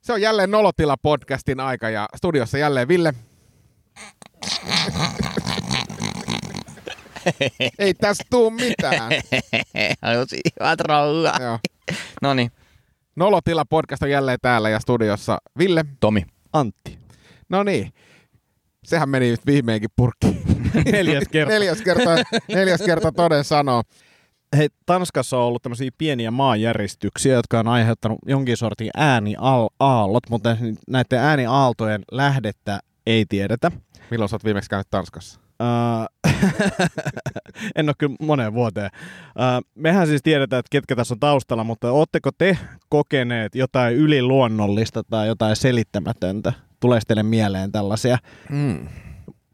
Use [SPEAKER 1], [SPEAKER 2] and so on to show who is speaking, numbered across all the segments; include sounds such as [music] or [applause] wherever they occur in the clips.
[SPEAKER 1] Se on jälleen Nolotila-podcastin aika ja studiossa jälleen Ville. Ei tästä tuu mitään.
[SPEAKER 2] Halusin hyvät rauhaa.
[SPEAKER 1] Joo.
[SPEAKER 2] No niin.
[SPEAKER 1] Nolotila-podcast on jälleen täällä ja studiossa Ville.
[SPEAKER 2] Tomi.
[SPEAKER 3] Antti.
[SPEAKER 1] No niin, sehän meni nyt viimeinkin purkkiin.
[SPEAKER 3] [laughs] Neljäs kerta.
[SPEAKER 1] neljäs kerta, neljäs kerta toden sanoo.
[SPEAKER 3] [laughs] Hei, Tanskassa on ollut tämmöisiä pieniä maanjäristyksiä, jotka on aiheuttanut jonkin sortin ääniaallot, mutta näiden ääniaaltojen lähdettä ei tiedetä.
[SPEAKER 1] Milloin sä oot viimeksi käynyt Tanskassa?
[SPEAKER 3] Ää, [laughs] en ole kyllä moneen vuoteen. Ää, mehän siis tiedetään, että ketkä tässä on taustalla, mutta ootteko te kokeneet jotain yliluonnollista tai jotain selittämätöntä? Tulee teille mieleen tällaisia?
[SPEAKER 1] Mm.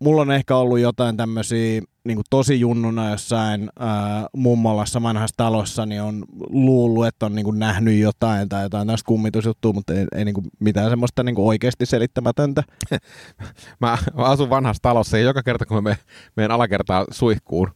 [SPEAKER 3] mulla on ehkä ollut jotain tämmöisiä niin tosi junnuna jossain ää, mummolassa vanhassa talossa, niin on luullut, että on niin kuin nähnyt jotain tai jotain tästä kummitusjuttua, mutta ei, ei niin kuin mitään semmoista niin kuin oikeasti selittämätöntä.
[SPEAKER 1] Mä, mä asun vanhassa talossa ja joka kerta kun mä menen- menen alakertaan suihkuun,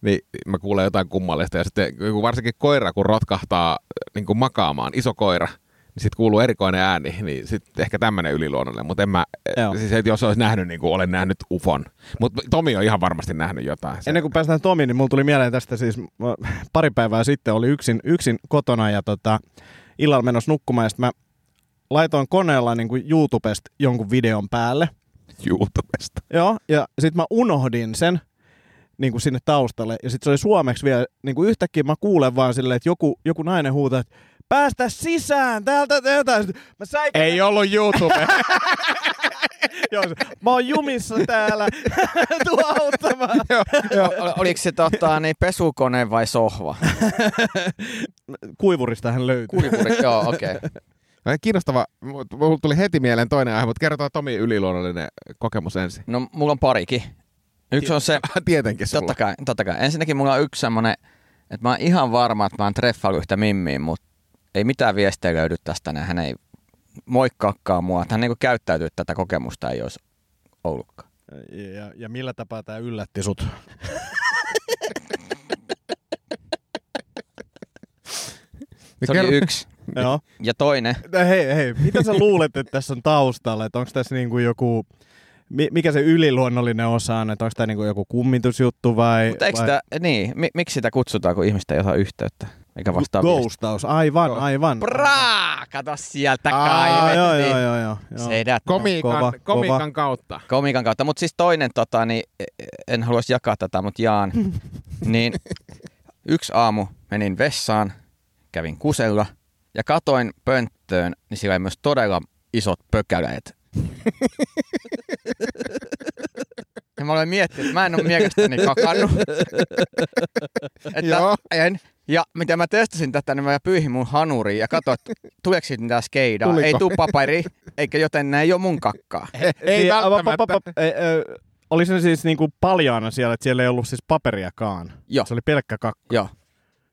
[SPEAKER 1] niin mä kuulen jotain kummallista. Ja sitten kun varsinkin koira, kun rotkahtaa niin kuin makaamaan, iso koira, niin sitten kuuluu erikoinen ääni, niin sitten ehkä tämmöinen yliluonnollinen. Mutta en mä,
[SPEAKER 3] Joo.
[SPEAKER 1] siis et jos olisi nähnyt, niin kuin olen nähnyt ufon. Mutta Tomi on ihan varmasti nähnyt jotain. Se-
[SPEAKER 3] Ennen kuin päästään Tomiin, niin mulla tuli mieleen tästä siis mä pari päivää sitten oli yksin, yksin kotona ja tota, illalla menossa nukkumaan ja sit mä laitoin koneella niin kuin YouTubesta jonkun videon päälle
[SPEAKER 1] YouTubesta.
[SPEAKER 3] Joo, ja sitten mä unohdin sen niin kuin sinne taustalle. Ja sitten se oli suomeksi vielä, niin kuin yhtäkkiä mä kuulen vaan silleen, että joku, joku nainen huutaa, että päästä sisään, täältä jotain. Sit Mä säikä,
[SPEAKER 1] Ei ollut [laughs] YouTube.
[SPEAKER 3] joo, se, mä oon jumissa täällä, [laughs] tuu auttamaan.
[SPEAKER 2] Oliko se tota, niin pesukone vai sohva?
[SPEAKER 3] Kuivurista hän löytyy.
[SPEAKER 2] Kuivuri, joo, okei. Okay.
[SPEAKER 1] No, Kiinnostava. Mut- Mulla tuli heti mieleen toinen aihe, mutta kertoo Tomi yliluonnollinen kokemus ensin.
[SPEAKER 2] No, mulla on parikin. Yksi on se,
[SPEAKER 1] [laughs] Tietenkin sulla.
[SPEAKER 2] totta kai, totta kai. Ensinnäkin mulla on yksi semmonen, että mä oon ihan varma, että mä oon treffailu yhtä mimmiä, mutta ei mitään viestejä löydy tästä, niin hän ei moikkaakaan mua. Että hän niinku käyttäytyy että tätä kokemusta, ei olisi ollutkaan.
[SPEAKER 3] Ja, ja millä tapaa tämä yllätti sut?
[SPEAKER 1] Niin
[SPEAKER 2] Se oli
[SPEAKER 1] kerro-
[SPEAKER 2] yksi.
[SPEAKER 3] joo.
[SPEAKER 2] Ja toinen,
[SPEAKER 3] No hei, hei, mitä sä luulet, että tässä on taustalla? Että onko tässä niinku joku, mi- mikä se yliluonnollinen osa on? Että onko tämä niinku joku kummitusjuttu vai...
[SPEAKER 2] Mutta eikö
[SPEAKER 3] vai...
[SPEAKER 2] sitä, niin, mi, miksi sitä kutsutaan, kun ihmistä ei osaa yhteyttä, eikä vastaa viestiä?
[SPEAKER 3] Ghostaus, aivan,
[SPEAKER 1] Joo.
[SPEAKER 3] aivan.
[SPEAKER 2] Braa! Kato sieltä
[SPEAKER 1] Aa,
[SPEAKER 3] Aa, joo, joo,
[SPEAKER 2] kaivettiin.
[SPEAKER 3] joo, joo, joo.
[SPEAKER 2] Sedät.
[SPEAKER 1] Komiikan,
[SPEAKER 3] Kova,
[SPEAKER 1] kova,
[SPEAKER 3] kova.
[SPEAKER 1] komiikan kautta.
[SPEAKER 2] Komikan kautta. Mutta siis toinen, tota, niin, en haluaisi jakaa tätä,
[SPEAKER 1] [laughs]
[SPEAKER 2] mutta jaan. niin yksi aamu menin vessaan, kävin kusella ja katoin pönttöön, niin sillä oli myös todella isot pökäleet. ja mä olen miettinyt, että mä en ole mielestäni
[SPEAKER 1] [laughs]
[SPEAKER 2] kakannut. että
[SPEAKER 1] Joo.
[SPEAKER 2] en. Ja mitä mä testasin tätä, niin mä pyyhin mun hanuriin ja katsoin, että tuleeko siitä mitään skeidaa.
[SPEAKER 1] Tuliko?
[SPEAKER 2] Ei tuu paperi, eikä joten nää ei ole mun kakkaa.
[SPEAKER 1] Ei, ei
[SPEAKER 3] Niin, ä,
[SPEAKER 1] välttämättä.
[SPEAKER 3] pa- pa- pa- ei, ö, Oli se siis niinku paljaana siellä, että siellä ei ollut siis paperiakaan.
[SPEAKER 2] Joo.
[SPEAKER 3] Se oli pelkkä kakka.
[SPEAKER 2] Joo.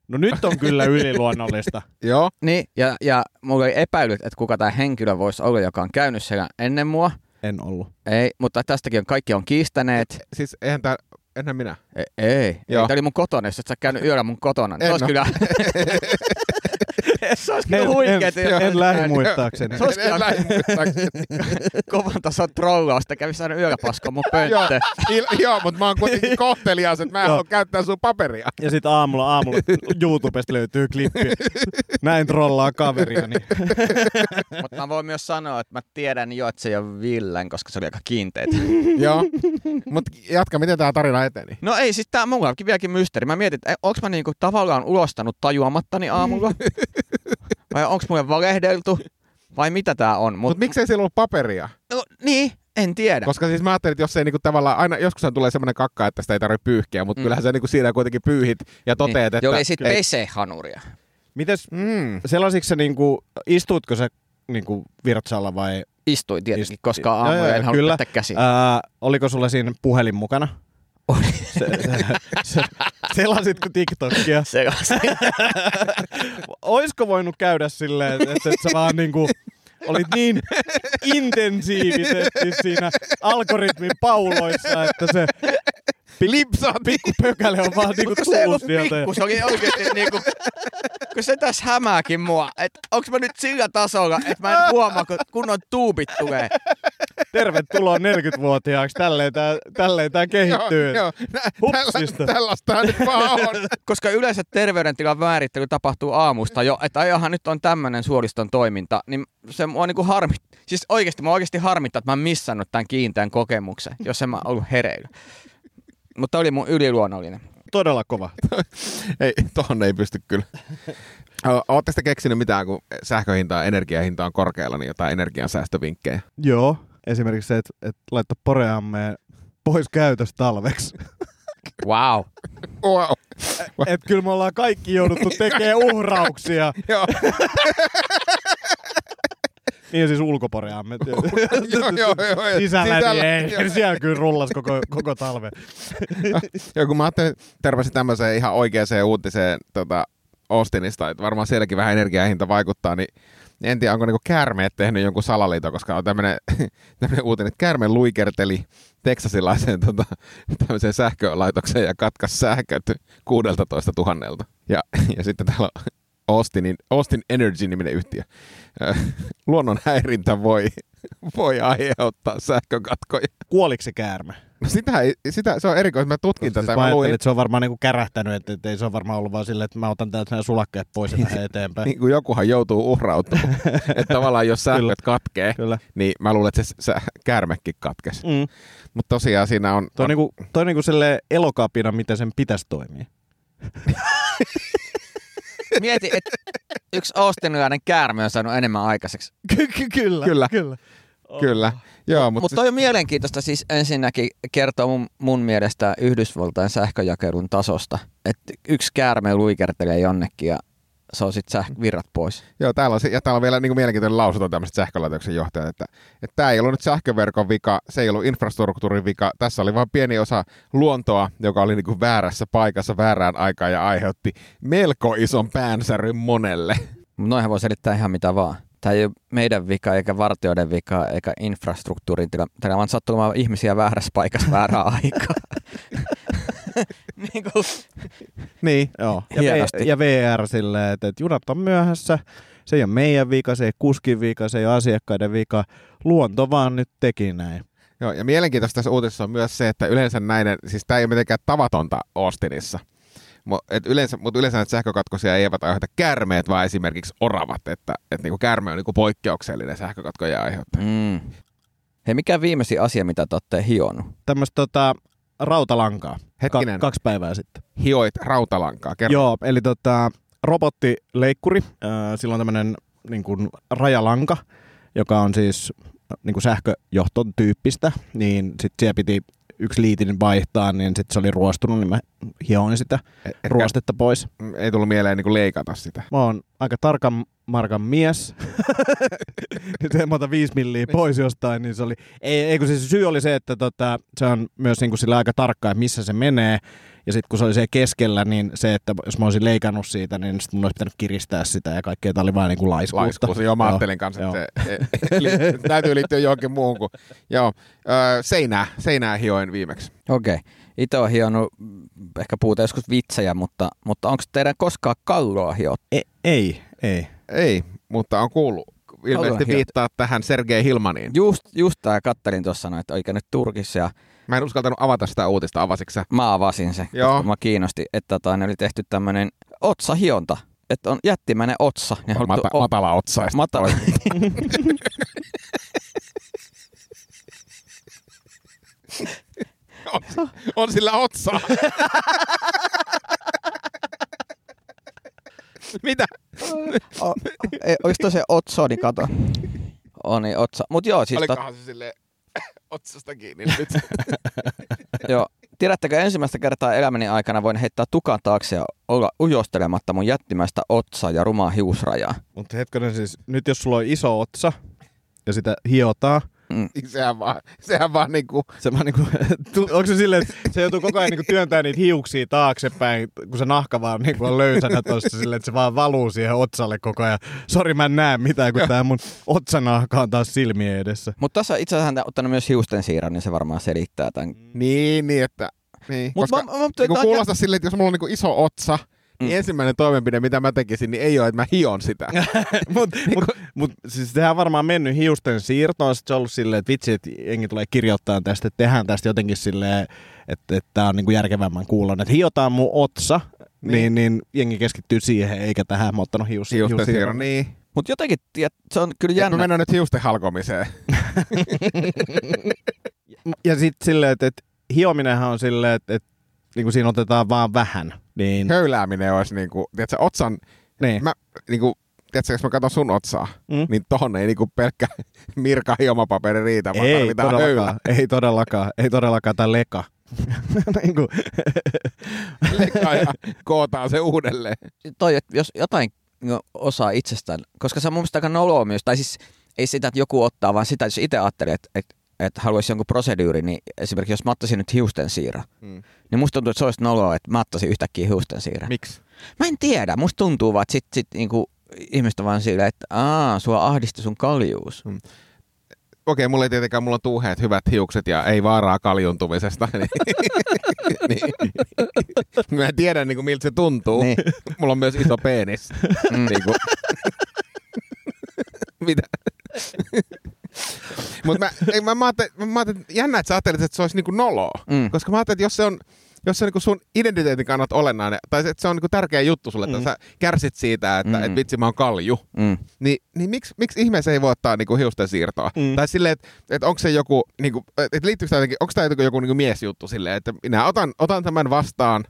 [SPEAKER 3] No nyt on kyllä yliluonnollista.
[SPEAKER 1] Joo.
[SPEAKER 2] Niin, ja, ja mulla oli epäilyt, että kuka tämä henkilö voisi olla, joka on käynyt siellä ennen mua.
[SPEAKER 3] En ollut.
[SPEAKER 2] Ei, mutta tästäkin on, kaikki on kiistäneet.
[SPEAKER 1] Siis eihän tää, enhän minä.
[SPEAKER 2] Ei, ei.
[SPEAKER 1] Joo.
[SPEAKER 2] Tämä oli mun kotona, jos et sä käynyt yöllä mun kotona. Niin
[SPEAKER 1] En
[SPEAKER 2] se olisi
[SPEAKER 1] oo. [laughs]
[SPEAKER 2] kyllä... se olisi
[SPEAKER 3] En,
[SPEAKER 2] kyllä No huikeeta.
[SPEAKER 3] en, en lähimuistaakseni.
[SPEAKER 2] Se olisi
[SPEAKER 1] En
[SPEAKER 2] kyllä
[SPEAKER 1] lähde muistaakseni.
[SPEAKER 2] kovan tason trollausta. Kävisi aina yöllä paskoon mun pönttöön.
[SPEAKER 1] [laughs] Joo, il- joo, mutta mä oon kuitenkin kohtelias, että mä en
[SPEAKER 3] Joo.
[SPEAKER 1] halua käyttää sun paperia.
[SPEAKER 3] Ja sitten aamulla, aamulla YouTubesta löytyy klippi. Näin trollaa kaveria. Niin.
[SPEAKER 2] mutta mä voin myös sanoa, että mä tiedän jo, että se ei ole Villen, koska se oli aika kiinteet.
[SPEAKER 1] joo. Mutta jatka, miten tämä tarina eteni?
[SPEAKER 2] No ei, siis tää on mulla onkin vieläkin mysteeri. Mä mietin, että onko mä niinku tavallaan ulostanut tajuamattani aamulla? vai onko mulle valehdeltu? Vai mitä tää on?
[SPEAKER 1] Mutta
[SPEAKER 2] Mut,
[SPEAKER 1] Mut miksei sillä ollut paperia?
[SPEAKER 2] no, niin, en tiedä.
[SPEAKER 1] Koska siis mä ajattelin, että jos ei niinku tavallaan, aina joskus tulee semmoinen kakka, että sitä ei tarvitse pyyhkiä, mutta
[SPEAKER 2] Mm.
[SPEAKER 1] mm. kyllähän sä niinku siinä kuitenkin pyyhit ja toteet,
[SPEAKER 2] niin.
[SPEAKER 1] että...
[SPEAKER 2] Joo, ei sit
[SPEAKER 1] ei-
[SPEAKER 2] pese hanuria.
[SPEAKER 3] Mites
[SPEAKER 1] Mm.
[SPEAKER 3] sellaisiksi sä niinku, istuitko sä niinku virtsalla vai
[SPEAKER 2] Istuin tietenkin,
[SPEAKER 3] Istuin.
[SPEAKER 2] koska aamulla
[SPEAKER 3] Joo, joo,
[SPEAKER 2] en halua
[SPEAKER 3] kyllä.
[SPEAKER 2] pestä käsiä.
[SPEAKER 3] Niin. Ää, oliko sulla siinä puhelin mukana? Se, se, se, sellaiset kuin
[SPEAKER 2] [laughs]
[SPEAKER 3] TikTokia.
[SPEAKER 2] Se
[SPEAKER 3] Oisko voinut käydä silleen, että, että sä vaan niinku olit niin intensiivisesti siinä algoritmin pauloissa, että se
[SPEAKER 1] Lipsaat
[SPEAKER 3] pikku pökäle on vaan niinku
[SPEAKER 2] se ei ollut
[SPEAKER 3] tullut sieltä. ja-
[SPEAKER 2] pikku, se oli oikeesti niinku [laughs] kun se tässä hämääkin mua, että onko mä nyt sillä tasolla, että mä en huomaa, kun kunnon tuubit tulee.
[SPEAKER 3] Tervetuloa 40-vuotiaaksi. Tälleen tää, tälleen tää kehittyy.
[SPEAKER 1] Joo, joo. Nä-
[SPEAKER 3] Hupsista.
[SPEAKER 1] Tällä, tällaista nyt vaan on.
[SPEAKER 2] Koska yleensä terveydentilan määrittely tapahtuu aamusta jo, että ajahan nyt on tämmöinen suoriston toiminta, niin se mua niinku harmi, siis oikeasti mua oikeasti harmittaa, että mä oon missannut tämän kiinteän kokemuksen, jos en mä ollut hereillä. Mutta oli mun yliluonnollinen.
[SPEAKER 3] Todella kova.
[SPEAKER 1] Ei, tohon ei pysty kyllä. O- Ootteko te keksinyt mitään, kun sähköhinta ja energiahinta on korkealla, niin jotain energiansäästövinkkejä?
[SPEAKER 3] Joo. Esimerkiksi se, että et laittaa poreammeen pois käytöstä talveksi.
[SPEAKER 2] Wow.
[SPEAKER 1] Wow.
[SPEAKER 3] Et kyllä me ollaan kaikki jouduttu tekemään uhrauksia.
[SPEAKER 1] [laughs] Joo,
[SPEAKER 3] [laughs] Niin siis
[SPEAKER 1] [laughs]
[SPEAKER 3] ulkoporeamme.
[SPEAKER 1] joo, joo, joo. Siis
[SPEAKER 3] Sisällä,
[SPEAKER 1] Sisällä,
[SPEAKER 3] niin
[SPEAKER 1] joo.
[SPEAKER 3] ei, siellä kyllä rullas koko, koko talve.
[SPEAKER 1] Joo, kun mä ajattelin, että törmäsin tämmöiseen ihan oikeaan uutiseen tota, Austinista, että varmaan sielläkin vähän energiahinta vaikuttaa, niin niin en tiedä, onko niinku käärmeet tehnyt jonkun salaliiton, koska on [laughs] tämmöinen uutinen, että käärme luikerteli teksasilaiseen tota, tämmöiseen sähkölaitokseen ja katkaisi sähköt 16 000. Ja, [laughs] ja sitten täällä on Austin, Austin Energy-niminen yhtiö. Ö, Luonnon häirintä voi, voi aiheuttaa sähkökatkoja.
[SPEAKER 3] Kuoliko se käärme?
[SPEAKER 1] No sitä, ei, sitä, se on erikoista. Mä tutkin
[SPEAKER 3] Siis
[SPEAKER 1] tätä.
[SPEAKER 3] mä
[SPEAKER 1] Mä
[SPEAKER 3] ajattelin,
[SPEAKER 1] luin,
[SPEAKER 3] että se on varmaan niinku kärähtänyt, että, että ei se on varmaan ollut vaan silleen, että mä otan täältä nämä sulakkeet
[SPEAKER 1] [laughs]
[SPEAKER 3] pois ja lähden eteenpäin.
[SPEAKER 1] niin kuin jokuhan joutuu
[SPEAKER 3] [laughs]
[SPEAKER 1] uhrautumaan. että tavallaan jos
[SPEAKER 3] Kyllä.
[SPEAKER 1] sähköt katkee,
[SPEAKER 3] Kyllä.
[SPEAKER 1] niin mä luulen, että se, se käärmekin katkesi.
[SPEAKER 3] Mm.
[SPEAKER 1] Mutta tosiaan siinä on...
[SPEAKER 3] Toi on
[SPEAKER 1] on
[SPEAKER 3] niinku, toi on niinku silleen elokapina, miten sen pitäisi toimia.
[SPEAKER 2] Mieti, että yksi austinilainen käärme on saanut enemmän aikaiseksi.
[SPEAKER 3] [laughs] Ky- kyllä,
[SPEAKER 1] Kyllä.
[SPEAKER 3] kyllä. Oh.
[SPEAKER 1] Kyllä. Joo,
[SPEAKER 2] Mutta
[SPEAKER 1] mutta
[SPEAKER 2] Mut toi on mielenkiintoista siis ensinnäkin kertoo mun, mun mielestä Yhdysvaltain sähköjakelun tasosta. Että yksi käärme luikertelee jonnekin ja se on sitten säh- virrat pois.
[SPEAKER 1] Joo, täällä on, se- ja täällä on vielä niin mielenkiintoinen lausunto tämmöiset sähkölaitoksen johtajat, että, että tämä ei ollut nyt sähköverkon vika, se ei ollut infrastruktuurin vika, tässä oli vain pieni osa luontoa, joka oli niin kuin väärässä paikassa väärään aikaan ja aiheutti melko ison päänsäryn monelle.
[SPEAKER 2] Mut Noihän voi selittää ihan mitä vaan. Tämä ei ole meidän vika, eikä vartijoiden vika, eikä infrastruktuurin tila. Tämä on vaan sattumaa ihmisiä väärässä paikassa väärää aikaa. niin kuin,
[SPEAKER 1] Niin.
[SPEAKER 3] Joo. Ja, v-
[SPEAKER 2] Hienosti.
[SPEAKER 3] ja VR silleen, että, että junat on myöhässä, se ei ole meidän vika, se ei ole kuskin vika, se ei ole asiakkaiden vika. Luonto vaan nyt teki näin.
[SPEAKER 1] Joo, ja mielenkiintoista tässä uutisessa on myös se, että yleensä näiden, siis tämä ei ole mitenkään tavatonta Austinissa, mutta yleensä, mut yleensä näitä sähkökatkosia eivät aiheuta käärmeet, vaan esimerkiksi oravat, että et niinku käärme on niinku poikkeuksellinen sähkökatkoja aiheuttaja.
[SPEAKER 2] mm. Hei, mikä viimeisin asia, mitä te olette hionut?
[SPEAKER 3] Tämmöistä tota, rautalankaa ka-
[SPEAKER 1] Hetkinen,
[SPEAKER 3] kaksi päivää sitten.
[SPEAKER 1] hioit rautalankaa, kerro.
[SPEAKER 3] Joo, eli tota, robottileikkuri, äh, sillä on tämmöinen niin kuin rajalanka, joka on siis äh, niin kuin sähköjohton tyyppistä, niin sitten siellä piti yksi liitin vaihtaa, niin sitten se oli ruostunut, niin mä hioin sitä
[SPEAKER 1] Etkä-
[SPEAKER 3] ruostetta pois.
[SPEAKER 1] Mm, ei tullut mieleen niin leikata sitä.
[SPEAKER 3] Mä oon aika tarkan markan [laughs] mies. Nyt en mä otan viisi milliä pois jostain, niin se oli... Ei, ei kun siis syy oli se, että tota, se on myös niin kuin sillä aika tarkka, että missä se menee. Ja sitten kun se oli se keskellä, niin se, että jos mä olisin leikannut siitä, niin sit mun olisi pitänyt kiristää sitä ja kaikkea. Tämä oli vaan niin kuin laiskuutta.
[SPEAKER 1] Laiskuus. Joo, mä ajattelin kanssa, että se, e, li, [laughs] täytyy liittyä johonkin muuhun kuin, joo, ö, seinää, seinää hioin viimeksi.
[SPEAKER 2] Okei. Itse on hionut mm, ehkä puhuta joskus vitsejä, mutta, mutta onko teidän koskaan kalloa hiot?
[SPEAKER 3] E- ei, ei.
[SPEAKER 1] Ei, mutta on kuullut.
[SPEAKER 2] Haluan
[SPEAKER 1] Ilmeisesti
[SPEAKER 2] hiota.
[SPEAKER 1] viittaa tähän Sergei Hilmaniin.
[SPEAKER 2] Just, just tää kattelin tuossa noin, että oikein nyt Turkissa ja
[SPEAKER 1] Mä en uskaltanut avata sitä uutista, avasitko sä?
[SPEAKER 2] mä avasin se,
[SPEAKER 1] Joo.
[SPEAKER 2] koska mä kiinnosti, että tota, ne oli tehty tämmönen otsahionta. Että on jättimäinen otsa. Ne on
[SPEAKER 1] Mata,
[SPEAKER 2] o-
[SPEAKER 1] matala otsaista.
[SPEAKER 2] matala.
[SPEAKER 1] [laughs] On, on sillä otsaa. [laughs] Mitä?
[SPEAKER 2] o, ei, olisiko se otso, niin kato. On niin, otsa. Mut joo, siis tot,
[SPEAKER 1] Olikohan se sille [laughs] otsasta kiinni nyt?
[SPEAKER 2] joo. Tiedättekö, ensimmäistä kertaa elämäni aikana voin heittää tukan taakse ja olla ujostelematta mun jättimäistä otsaa ja rumaa hiusrajaa.
[SPEAKER 3] Mutta hetkinen siis, nyt jos sulla on iso otsa ja sitä hiotaan,
[SPEAKER 1] Niin sehän vaan, sehän vaan niinku,
[SPEAKER 3] Se vaan
[SPEAKER 1] [laughs]
[SPEAKER 3] niinku, tu- onko se silleen, että se joutuu koko ajan niinku työntämään niitä hiuksia taaksepäin, kun se nahka vaan niinku on löysänä tossa silleen, että se vaan valuu siihen otsalle koko ajan. Sori, mä en näe mitään, kun tää mun otsanahka on taas silmien edessä.
[SPEAKER 2] Mutta tässä on itse asiassa hän ottanut myös hiusten siirron, niin se varmaan selittää tämän.
[SPEAKER 1] Niin, niin että... Niin,
[SPEAKER 2] Mut
[SPEAKER 1] koska
[SPEAKER 2] mä- mä-
[SPEAKER 1] niin
[SPEAKER 2] tää-
[SPEAKER 1] kuulostaa silleen, että jos mulla on niin niinku iso otsa, niin ensimmäinen toimenpide, mitä mä tekisin, niin ei ole, että mä hion sitä.
[SPEAKER 3] mut, mut, mut, siis sehän on varmaan mennyt hiusten siirtoon, sit se on ollut silleen, että vitsi, että jengi tulee kirjoittamaan tästä, että tehdään tästä jotenkin silleen, että, että tämä on niinku järkevämmän kuulon, että hiotaan mun otsa, niin. niin, niin jengi keskittyy siihen, eikä tähän, mä oon ottanut hius,
[SPEAKER 1] Hiusten
[SPEAKER 3] hiussiirron.
[SPEAKER 1] siirro, niin.
[SPEAKER 2] Mutta jotenkin, tiedät, se on kyllä
[SPEAKER 1] Jännä.
[SPEAKER 2] jännä.
[SPEAKER 1] Mä mennään nyt hiusten halkomiseen.
[SPEAKER 3] Ja sitten silleen, että, että hiominenhan on silleen, että, että niinku siinä otetaan vaan vähän, niin,
[SPEAKER 1] Höylääminen olisi niinku, tiedätkö, otsan,
[SPEAKER 3] niin.
[SPEAKER 1] mä niinku, tiedätkö, jos mä katson sun otsaa,
[SPEAKER 3] Mm.
[SPEAKER 1] niin tohon ei niinku pelkkä [laughs] mirka hiomapaperi riitä, vaan
[SPEAKER 3] ei
[SPEAKER 1] tarvitaan höylä.
[SPEAKER 3] todellakaan, ei todellakaan, ei todellakaan, tai leka. [laughs] niin kuin,
[SPEAKER 1] Leikkaa ja kootaan se uudelleen.
[SPEAKER 2] toi, että jos jotain no, osaa itsestään, koska se on mun mielestä aika noloa myös, tai siis ei sitä, että joku ottaa, vaan sitä, jos itse ajattelee, että, että, että haluaisi jonkun proseduurin, niin esimerkiksi jos mä ottaisin nyt hiusten siirron,
[SPEAKER 1] Mm.
[SPEAKER 2] mm. niin musta tuntuu, että se olisi noloa, että mä ottaisin yhtäkkiä hiusten siirron.
[SPEAKER 1] Miksi?
[SPEAKER 2] Mä en tiedä, musta tuntuu vaan, että sit, sit niinku, ihmiset on vaan silleen, että aa, sua ahdisti sun kaljuus.
[SPEAKER 1] Okei, mulla ei tietenkään, mulla on tuuheet hyvät hiukset ja ei vaaraa kaljuntumisesta. [laughs] Niin, niin. Mä tiedän, niin kuin, miltä se tuntuu.
[SPEAKER 2] [laughs] Niin.
[SPEAKER 1] Mulla on myös iso penis.
[SPEAKER 2] Mm.
[SPEAKER 1] niin kuin. [laughs] Mitä? Mutta mä, ei, mä, mä, ajattelin, mä ajattelin, jännä, että sä ajattelit, että se olisi niinku noloa. Mm.
[SPEAKER 2] Mm.
[SPEAKER 1] Koska mä ajattelin, että jos se on, jos se on niinku sun identiteetin kannalta olennainen, tai se, että se on niinku tärkeä juttu sulle, että mm. sä kärsit siitä, että mm.
[SPEAKER 2] Mm.
[SPEAKER 1] et vitsi mä oon kalju,
[SPEAKER 2] Mm.
[SPEAKER 1] niin, niin miksi, miksi ihmeessä ei voi ottaa niinku hiusten siirtoa? Mm.
[SPEAKER 3] Mm.
[SPEAKER 1] Tai silleen, että et onko se joku, niinku, et liittyykö tämä jotenkin, onko tämä joku, joku niinku miesjuttu silleen, että minä otan, otan tämän vastaan,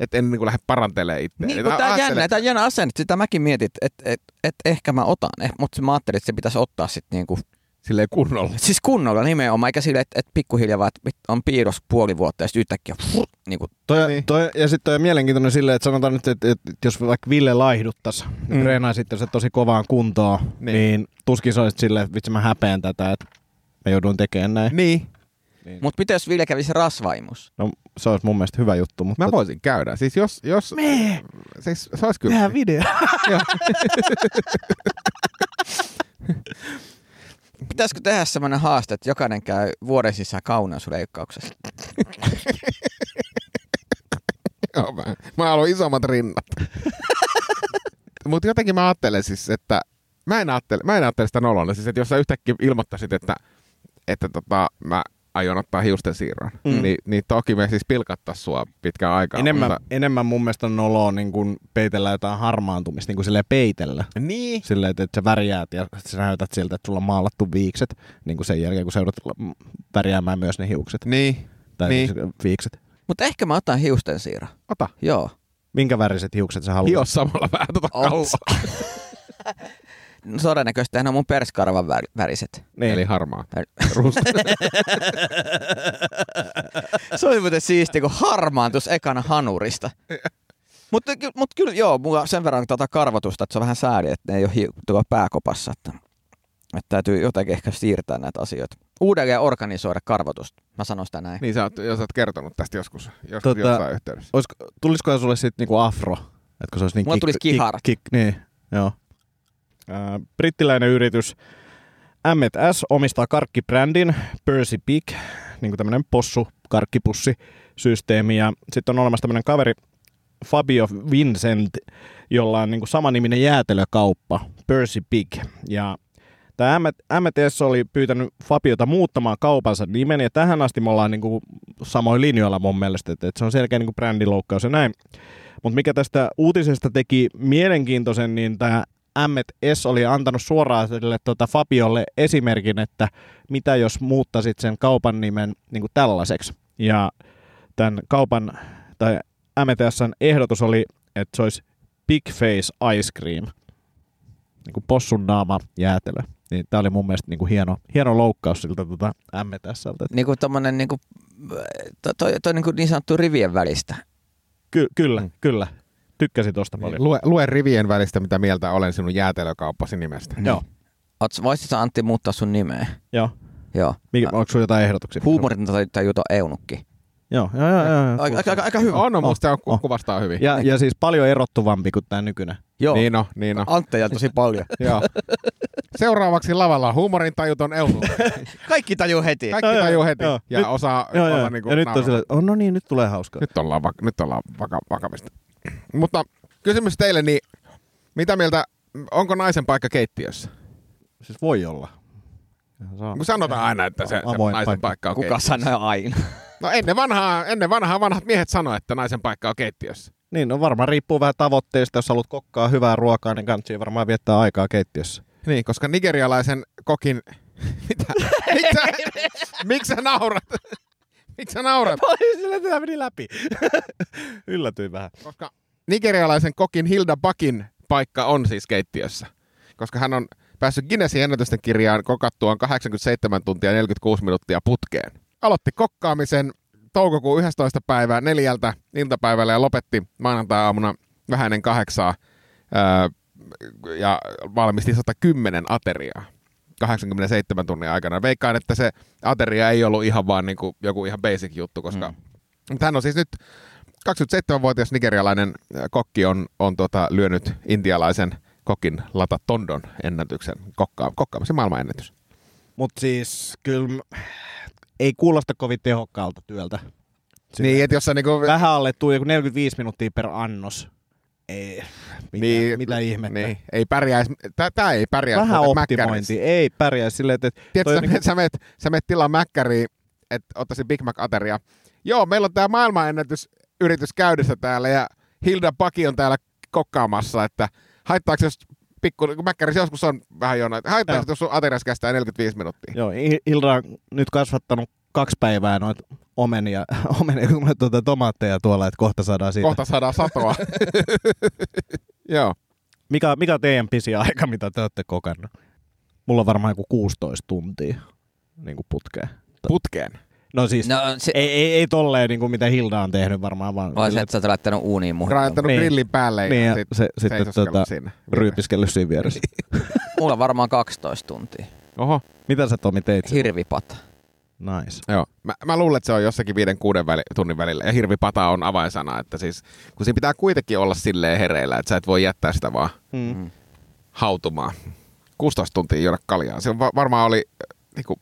[SPEAKER 1] että en niinku lähde parantelemaan itseäni.
[SPEAKER 2] Niin, mutta tämä on
[SPEAKER 1] ajattelen-
[SPEAKER 2] jännä, tämä on jännä asenne, sitä mäkin mietin, että et, et ehkä mä otan, eh, mutta mä ajattelin, että se pitäisi ottaa sitten niinku
[SPEAKER 1] Silleen kunnolla.
[SPEAKER 2] [laughs] Siis kunnolla nimenomaan, eikä sille, että, että pikkuhiljaa vaan, että on piirros puoli vuotta ja sitten yhtäkkiä pff, niin kuin,
[SPEAKER 3] Toi,
[SPEAKER 1] Niin.
[SPEAKER 3] niin. toi, ja sitten toi on mielenkiintoinen silleen, että sanotaan nyt, että, että jos vaikka Ville laihduttaisi mm. ja treenaisi se tosi kovaan kuntoon,
[SPEAKER 1] Niin.
[SPEAKER 3] niin, niin tuskin se olisi silleen, että vitsi mä häpeän tätä, että mä joudun tekemään näin.
[SPEAKER 1] Niin.
[SPEAKER 2] mutta miten jos Ville kävisi rasvaimus?
[SPEAKER 3] No se olisi mun mielestä hyvä juttu, mutta...
[SPEAKER 1] Mä voisin käydä. Siis jos... jos
[SPEAKER 3] Me,
[SPEAKER 1] siis se olisi kyllä.
[SPEAKER 3] video.
[SPEAKER 2] Pitäisikö tehdä semmoinen haaste, että jokainen käy vuoden sisään kauneusleikkauksessa?
[SPEAKER 1] [laughs] Joo, mä, mä haluan isommat
[SPEAKER 3] [laughs]
[SPEAKER 1] rinnat. Mutta jotenkin mä ajattelen siis, että... Mä en ajattele, mä en ajattele sitä nolona. Siis, että jos sä yhtäkkiä ilmoittaisit, että, että tota, mä aion ottaa hiusten siirron, mm.
[SPEAKER 3] Mm.
[SPEAKER 1] niin, niin toki me siis pilkattais sua pitkään aikaa.
[SPEAKER 3] enemmän,
[SPEAKER 1] Mutta,
[SPEAKER 3] enemmän mun mielestä on noloa niin kun peitellä jotain harmaantumista, niin kuin silleen peitellä.
[SPEAKER 1] niin.
[SPEAKER 3] Silleen, että, että sä värjäät ja sä näytät siltä, että sulla on maalattu viikset, niin kuin sen jälkeen, kun sä joudut la- värjäämään myös ne hiukset.
[SPEAKER 1] Niin.
[SPEAKER 3] Tai
[SPEAKER 1] Niin.
[SPEAKER 3] niin. viikset.
[SPEAKER 2] Mutta ehkä mä otan hiusten siirron.
[SPEAKER 1] Ota.
[SPEAKER 2] Joo.
[SPEAKER 3] Minkä väriset hiukset sä haluat?
[SPEAKER 1] Hio samalla vähän tota kalloa.
[SPEAKER 2] Ots. [laughs] No, todennäköisesti ne on mun perskarvan väri- väriset.
[SPEAKER 3] Niin.
[SPEAKER 1] Eli harmaa.
[SPEAKER 2] Väri-
[SPEAKER 1] Rusta.
[SPEAKER 2] Se oli muuten siistiä, kun harmaantus ekana hanurista. Mutta mut kyllä joo, mulla sen verran tätä karvotusta, että se on vähän sääli, että ne ei ole hiu- tuolla pääkopassa. Että, että täytyy jotenkin ehkä siirtää näitä asioita. Uudelleen organisoida karvotusta. Mä sanon sitä näin.
[SPEAKER 1] niin sä oot, jos sä oot kertonut tästä joskus, joskus tota...
[SPEAKER 3] Tota-
[SPEAKER 1] jossain yhteydessä.
[SPEAKER 3] Olisiko, tulisikohan sulle sitten niinku afro? Että kun se olisi niin
[SPEAKER 2] Mulla tulisi kiharat.
[SPEAKER 3] Kik, niin, joo. Ää, brittiläinen yritys M&S omistaa karkkibrändin Percy Pig, niin kuin tämmöinen possu karkkipussi systeemi. Ja sitten on olemassa tämmöinen kaveri Fabio Vincent, jolla on niin kuin samaniminen jäätelökauppa Percy Pig. Ja tämä M&S oli pyytänyt Fabiota muuttamaan kaupansa nimen, ja tähän asti me ollaan niin kuin samoin linjoilla mun mielestä, että, että se on selkeä niin brändiloukkaus ja näin. Mutta mikä tästä uutisesta teki mielenkiintoisen, niin tämä M&S oli antanut suoraan sille tuota Fabiolle esimerkin, että mitä jos muuttasit sen kaupan nimen niin tällaiseksi. Ja tämän kaupan tai M&Sn ehdotus oli, että se olisi Big Face Ice Cream, niin kuin possun naama jäätelö. Niin tämä oli mun mielestä niin kuin hieno, hieno loukkaus siltä tuota M&Sltä.
[SPEAKER 2] Niin kuin tommonen niin, kuin, toi, toi, toi niin, kuin niin sanottu rivien välistä.
[SPEAKER 3] Ky- kyllä,
[SPEAKER 1] Mm.
[SPEAKER 3] mm. Niin. kyllä. Tykkäsin tosta paljon.
[SPEAKER 1] Lue, lue rivien välistä, mitä mieltä olen sinun jäätelökauppasi nimestä.
[SPEAKER 2] Niin.
[SPEAKER 3] Joo,
[SPEAKER 2] Oot, voisit sä Antti muuttaa sun nimeä?
[SPEAKER 3] joo.
[SPEAKER 2] Joo.
[SPEAKER 3] Mikä, onko sulla jotain ehdotuksia?
[SPEAKER 2] Huumorinta tai, tai juto eunukki.
[SPEAKER 3] Joo, joo, joo. joo, joo.
[SPEAKER 2] Aika, aika, aika hyvä.
[SPEAKER 1] On, on, musta on, ku-
[SPEAKER 3] on.
[SPEAKER 1] kuvastaa hyvin.
[SPEAKER 3] Ja, ja siis paljon erottuvampi kuin tämä nykyinen.
[SPEAKER 2] Joo.
[SPEAKER 1] Niin on, niin on.
[SPEAKER 2] Antteja tosi paljon.
[SPEAKER 1] Joo. Seuraavaksi lavalla huumorin tajuton eulu.
[SPEAKER 2] Kaikki tajuu heti.
[SPEAKER 1] Kaikki
[SPEAKER 3] Joo, joo,
[SPEAKER 1] tajuu heti
[SPEAKER 3] joo.
[SPEAKER 1] ja
[SPEAKER 3] Nyt-
[SPEAKER 1] osaa
[SPEAKER 3] Joo,
[SPEAKER 1] olla
[SPEAKER 3] joo.
[SPEAKER 1] niinku
[SPEAKER 3] ja nyt
[SPEAKER 1] nauraa.
[SPEAKER 3] on sillä, oh, no niin, nyt tulee hauskaa.
[SPEAKER 1] nyt ollaan, vak- nyt ollaan vaka- vakavista. Mutta Kysymys teille, niin mitä mieltä, onko naisen paikka keittiössä?
[SPEAKER 3] Siis voi olla. Sehän Saa.
[SPEAKER 1] Kun sanotaan aina, että se, se
[SPEAKER 3] No. Avoin
[SPEAKER 1] naisen
[SPEAKER 3] paikka.
[SPEAKER 1] paikka on
[SPEAKER 2] Kuka sanoi aina?
[SPEAKER 1] keittiössä. No ennen vanhaa, ennen vanhaa vanhat miehet sanoi, että naisen paikka on keittiössä.
[SPEAKER 3] Niin, no varmaan riippuu vähän tavoitteista. Jos haluat kokkaa hyvää ruokaa, niin kannattaa varmaan viettää aikaa keittiössä.
[SPEAKER 1] Niin, koska nigerialaisen kokin... [laughs] Mitä? Miksi sä, miksi sä naurat? Miksi sä naurat?
[SPEAKER 3] Tämä meni läpi. [laughs] Yllätyin vähän.
[SPEAKER 1] Koska nigerialaisen kokin Hilda Bakin paikka on siis keittiössä. Koska hän on päässyt Guinnessin ennätysten kirjaan kokattuaan 87 tuntia ja 46 minuuttia putkeen. Aloitti kokkaamisen toukokuun 11. päivää neljältä iltapäivällä ja lopetti maanantai-aamuna vähän ennen kahdeksaa ää, ja valmisti 110 ateriaa 87 tunnin aikana. Veikkaan, että se ateria ei ollut ihan vaan niin kuin joku ihan basic juttu, koska mm. Mutta hän on siis nyt 27-vuotias nigerialainen äh, kokki on, on tota, lyönyt intialaisen kokin Lata Tondon ennätyksen, kokka- kokkaamisen maailmanennätys.
[SPEAKER 3] Mutta siis kyllä m- ei kuulosta kovin tehokkaalta työltä. Sitä-
[SPEAKER 1] Niin, että jos sä niinku...
[SPEAKER 3] Vähän alle tuu joku 45 minuuttia per annos. Ei, mitä,
[SPEAKER 1] niin,
[SPEAKER 3] niin, mitä ihmettä.
[SPEAKER 1] Niin, ei pärjäis, tää, tää ei pärjää.
[SPEAKER 3] Vähän
[SPEAKER 1] muuten
[SPEAKER 3] optimointi.
[SPEAKER 1] Mäkkärissä.
[SPEAKER 3] Ei pärjää silleen, että...
[SPEAKER 1] Tiedätkö,
[SPEAKER 3] toi
[SPEAKER 1] sä,
[SPEAKER 3] on niinku-
[SPEAKER 1] menet- sä, meet, sä meet tilaa mäkkäriä, että ottaisin Big Mac-ateria. Joo, meillä on tää maailmanennätysyritys käydessä täällä ja Hilda Paki on täällä kokkaamassa, että haittaako jos pikku, kun mäkkärissä joskus on vähän jonain, että haittaako
[SPEAKER 3] Joo.
[SPEAKER 1] jos sun aterias kestää 45 minuuttia?
[SPEAKER 3] Joo, I- Ilra on nyt kasvattanut kaksi päivää noita omenia, omenia [laughs] kun mulle tuota tomaatteja tuolla, että kohta saadaan siitä.
[SPEAKER 1] Kohta saadaan
[SPEAKER 3] [laughs]
[SPEAKER 1] satoa. Joo.
[SPEAKER 3] Mikä, mikä on teidän pisi aika, mitä te olette kokannut? Mulla on varmaan joku 16 tuntia niin kuin putkea.
[SPEAKER 1] Putkeen.
[SPEAKER 3] No siis, no,
[SPEAKER 2] No, se,
[SPEAKER 3] ei, ei, ei tolleen niin kuin mitä Hilda on tehnyt varmaan, vaan,
[SPEAKER 2] vaan se,
[SPEAKER 3] silleen,
[SPEAKER 2] että sä oot laittanut uuniin muihin.
[SPEAKER 1] Rajantanut
[SPEAKER 3] Niin.
[SPEAKER 1] grillin päälle
[SPEAKER 3] niin,
[SPEAKER 1] ja
[SPEAKER 3] ja
[SPEAKER 1] sitten
[SPEAKER 3] se, sitten tota,
[SPEAKER 1] siinä.
[SPEAKER 3] ryypiskellyt siinä
[SPEAKER 1] [laughs]
[SPEAKER 3] vieressä.
[SPEAKER 2] Mulla on varmaan 12 tuntia.
[SPEAKER 1] Oho.
[SPEAKER 3] mitä sä Tomi teit? Hir-
[SPEAKER 2] Hirvipata.
[SPEAKER 3] nice.
[SPEAKER 1] Joo. Mä, mä luulen, että se on jossakin viiden kuuden väli, tunnin välillä. Ja hirvipata on avainsana. Että siis, kun siinä pitää kuitenkin olla silleen hereillä, että sä et voi jättää sitä vaan
[SPEAKER 3] Mm.
[SPEAKER 1] hautumaan. 16 tuntia juoda kaljaa. Se on va- varmaan oli, äh, niinku,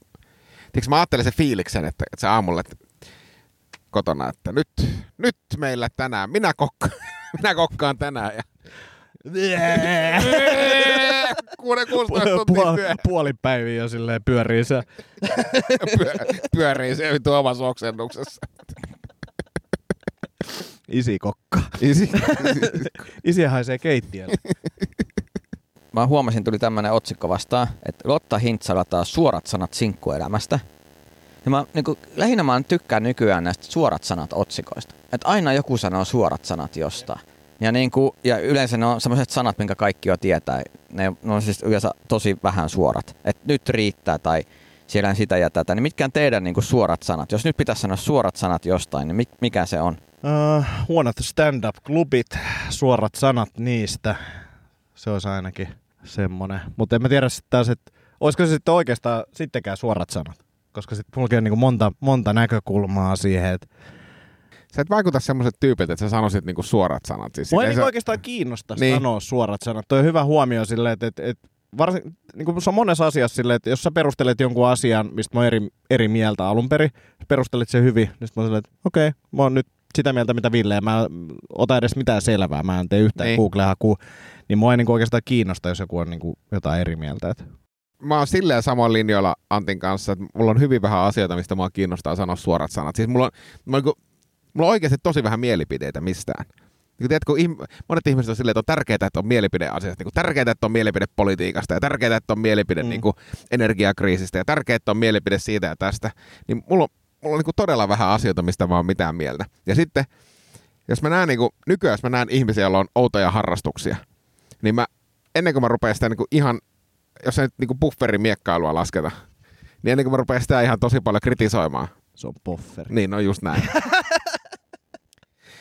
[SPEAKER 1] tiiäks, mä ajattelin sen fiiliksen, että, että sä aamulla että kotona, että nyt, nyt meillä tänään, minä, kokka, [laughs] minä kokkaan tänään. Ja Kuuden 16 tuntia
[SPEAKER 3] [laughs] Puoli,
[SPEAKER 1] pyö-
[SPEAKER 3] puoli päiviä jo silleen pyörii se.
[SPEAKER 1] pyö- pyörii se vittu omassa oksennuksessa.
[SPEAKER 3] Isi kokka.
[SPEAKER 1] Isi.
[SPEAKER 3] Isi haisee keittiölle.
[SPEAKER 2] Mä huomasin, tuli tämmönen otsikko vastaan, että Lotta Hintsa lataa suorat sanat sinkkuelämästä. Ja mä niin kuin, lähinnä mä tykkään nykyään näistä suorat sanat otsikoista. Että aina joku sanoo suorat sanat jostain. Ja, niin kuin, ja yleensä ne on sellaiset sanat, minkä kaikki jo tietää. Ne, ne on siis yleensä tosi vähän suorat. Että nyt riittää tai siellä on sitä ja tätä. Niin mitkä on teidän niin kuin, suorat sanat? Jos nyt pitäisi sanoa suorat sanat jostain, niin mik, mikä se on?
[SPEAKER 3] [laughs] Uh, huonot stand-up-klubit, suorat sanat niistä. Se olisi ainakin semmonen. Mutta en mä tiedä sitten taas, että olisiko se sitten oikeastaan sittenkään suorat sanat. Koska sitten mullakin on niinku monta, monta näkökulmaa siihen. Et
[SPEAKER 1] Sä et vaikuta semmoiset tyypit, että sä sanoisit niinku suorat sanat. Siis
[SPEAKER 3] mua ei
[SPEAKER 1] silleen
[SPEAKER 3] niinku
[SPEAKER 1] se-
[SPEAKER 3] oikeastaan kiinnosta
[SPEAKER 1] Niin.
[SPEAKER 3] niin. sanoa suorat sanat. Toi on hyvä huomio silleen, että et, et varsin, niinku se on monessa asiassa silleen, että jos sä perustelet jonkun asian, mistä mä oon eri, eri mieltä alun perin, sä perustelet sen hyvin, niin sit mä oon silleen, että okei, okay, mä oon nyt sitä mieltä, mitä Ville, ja mä en ota edes mitään selvää, mä en tee yhtään
[SPEAKER 1] Niin.
[SPEAKER 3] niin. Google-hakua, niin mua ei niinku oikeastaan kiinnosta, jos joku on niinku jotain eri mieltä. Et.
[SPEAKER 1] mä oon silleen samoin linjoilla Antin kanssa, että mulla on hyvin vähän asioita, mistä mua kiinnostaa sanoa suorat sanat. Siis mulla on, mulla on, niinku- mulla on oikeasti tosi vähän mielipiteitä mistään. Niin tiedätkö, kun ihm- monet ihmiset on silleen, että on tärkeää, että on mielipide asiasta, niin tärkeää, että on mielipide politiikasta ja tärkeää, että on mielipide mm.
[SPEAKER 3] Mm.
[SPEAKER 1] niin kuin energiakriisistä ja tärkeää, että on mielipide siitä ja tästä. Niin mulla on, mulla on niin kuin todella vähän asioita, mistä mä oon mitään mieltä. Ja sitten, jos mä näen niin kuin, nykyään, jos mä näen ihmisiä, joilla on outoja harrastuksia, niin mä, ennen kuin mä rupean sitä niin kuin ihan, jos ei nyt niin kuin bufferin miekkailua lasketa, niin ennen kuin mä rupean sitä ihan tosi paljon kritisoimaan,
[SPEAKER 3] Se on pofferi.
[SPEAKER 1] niin, no just näin.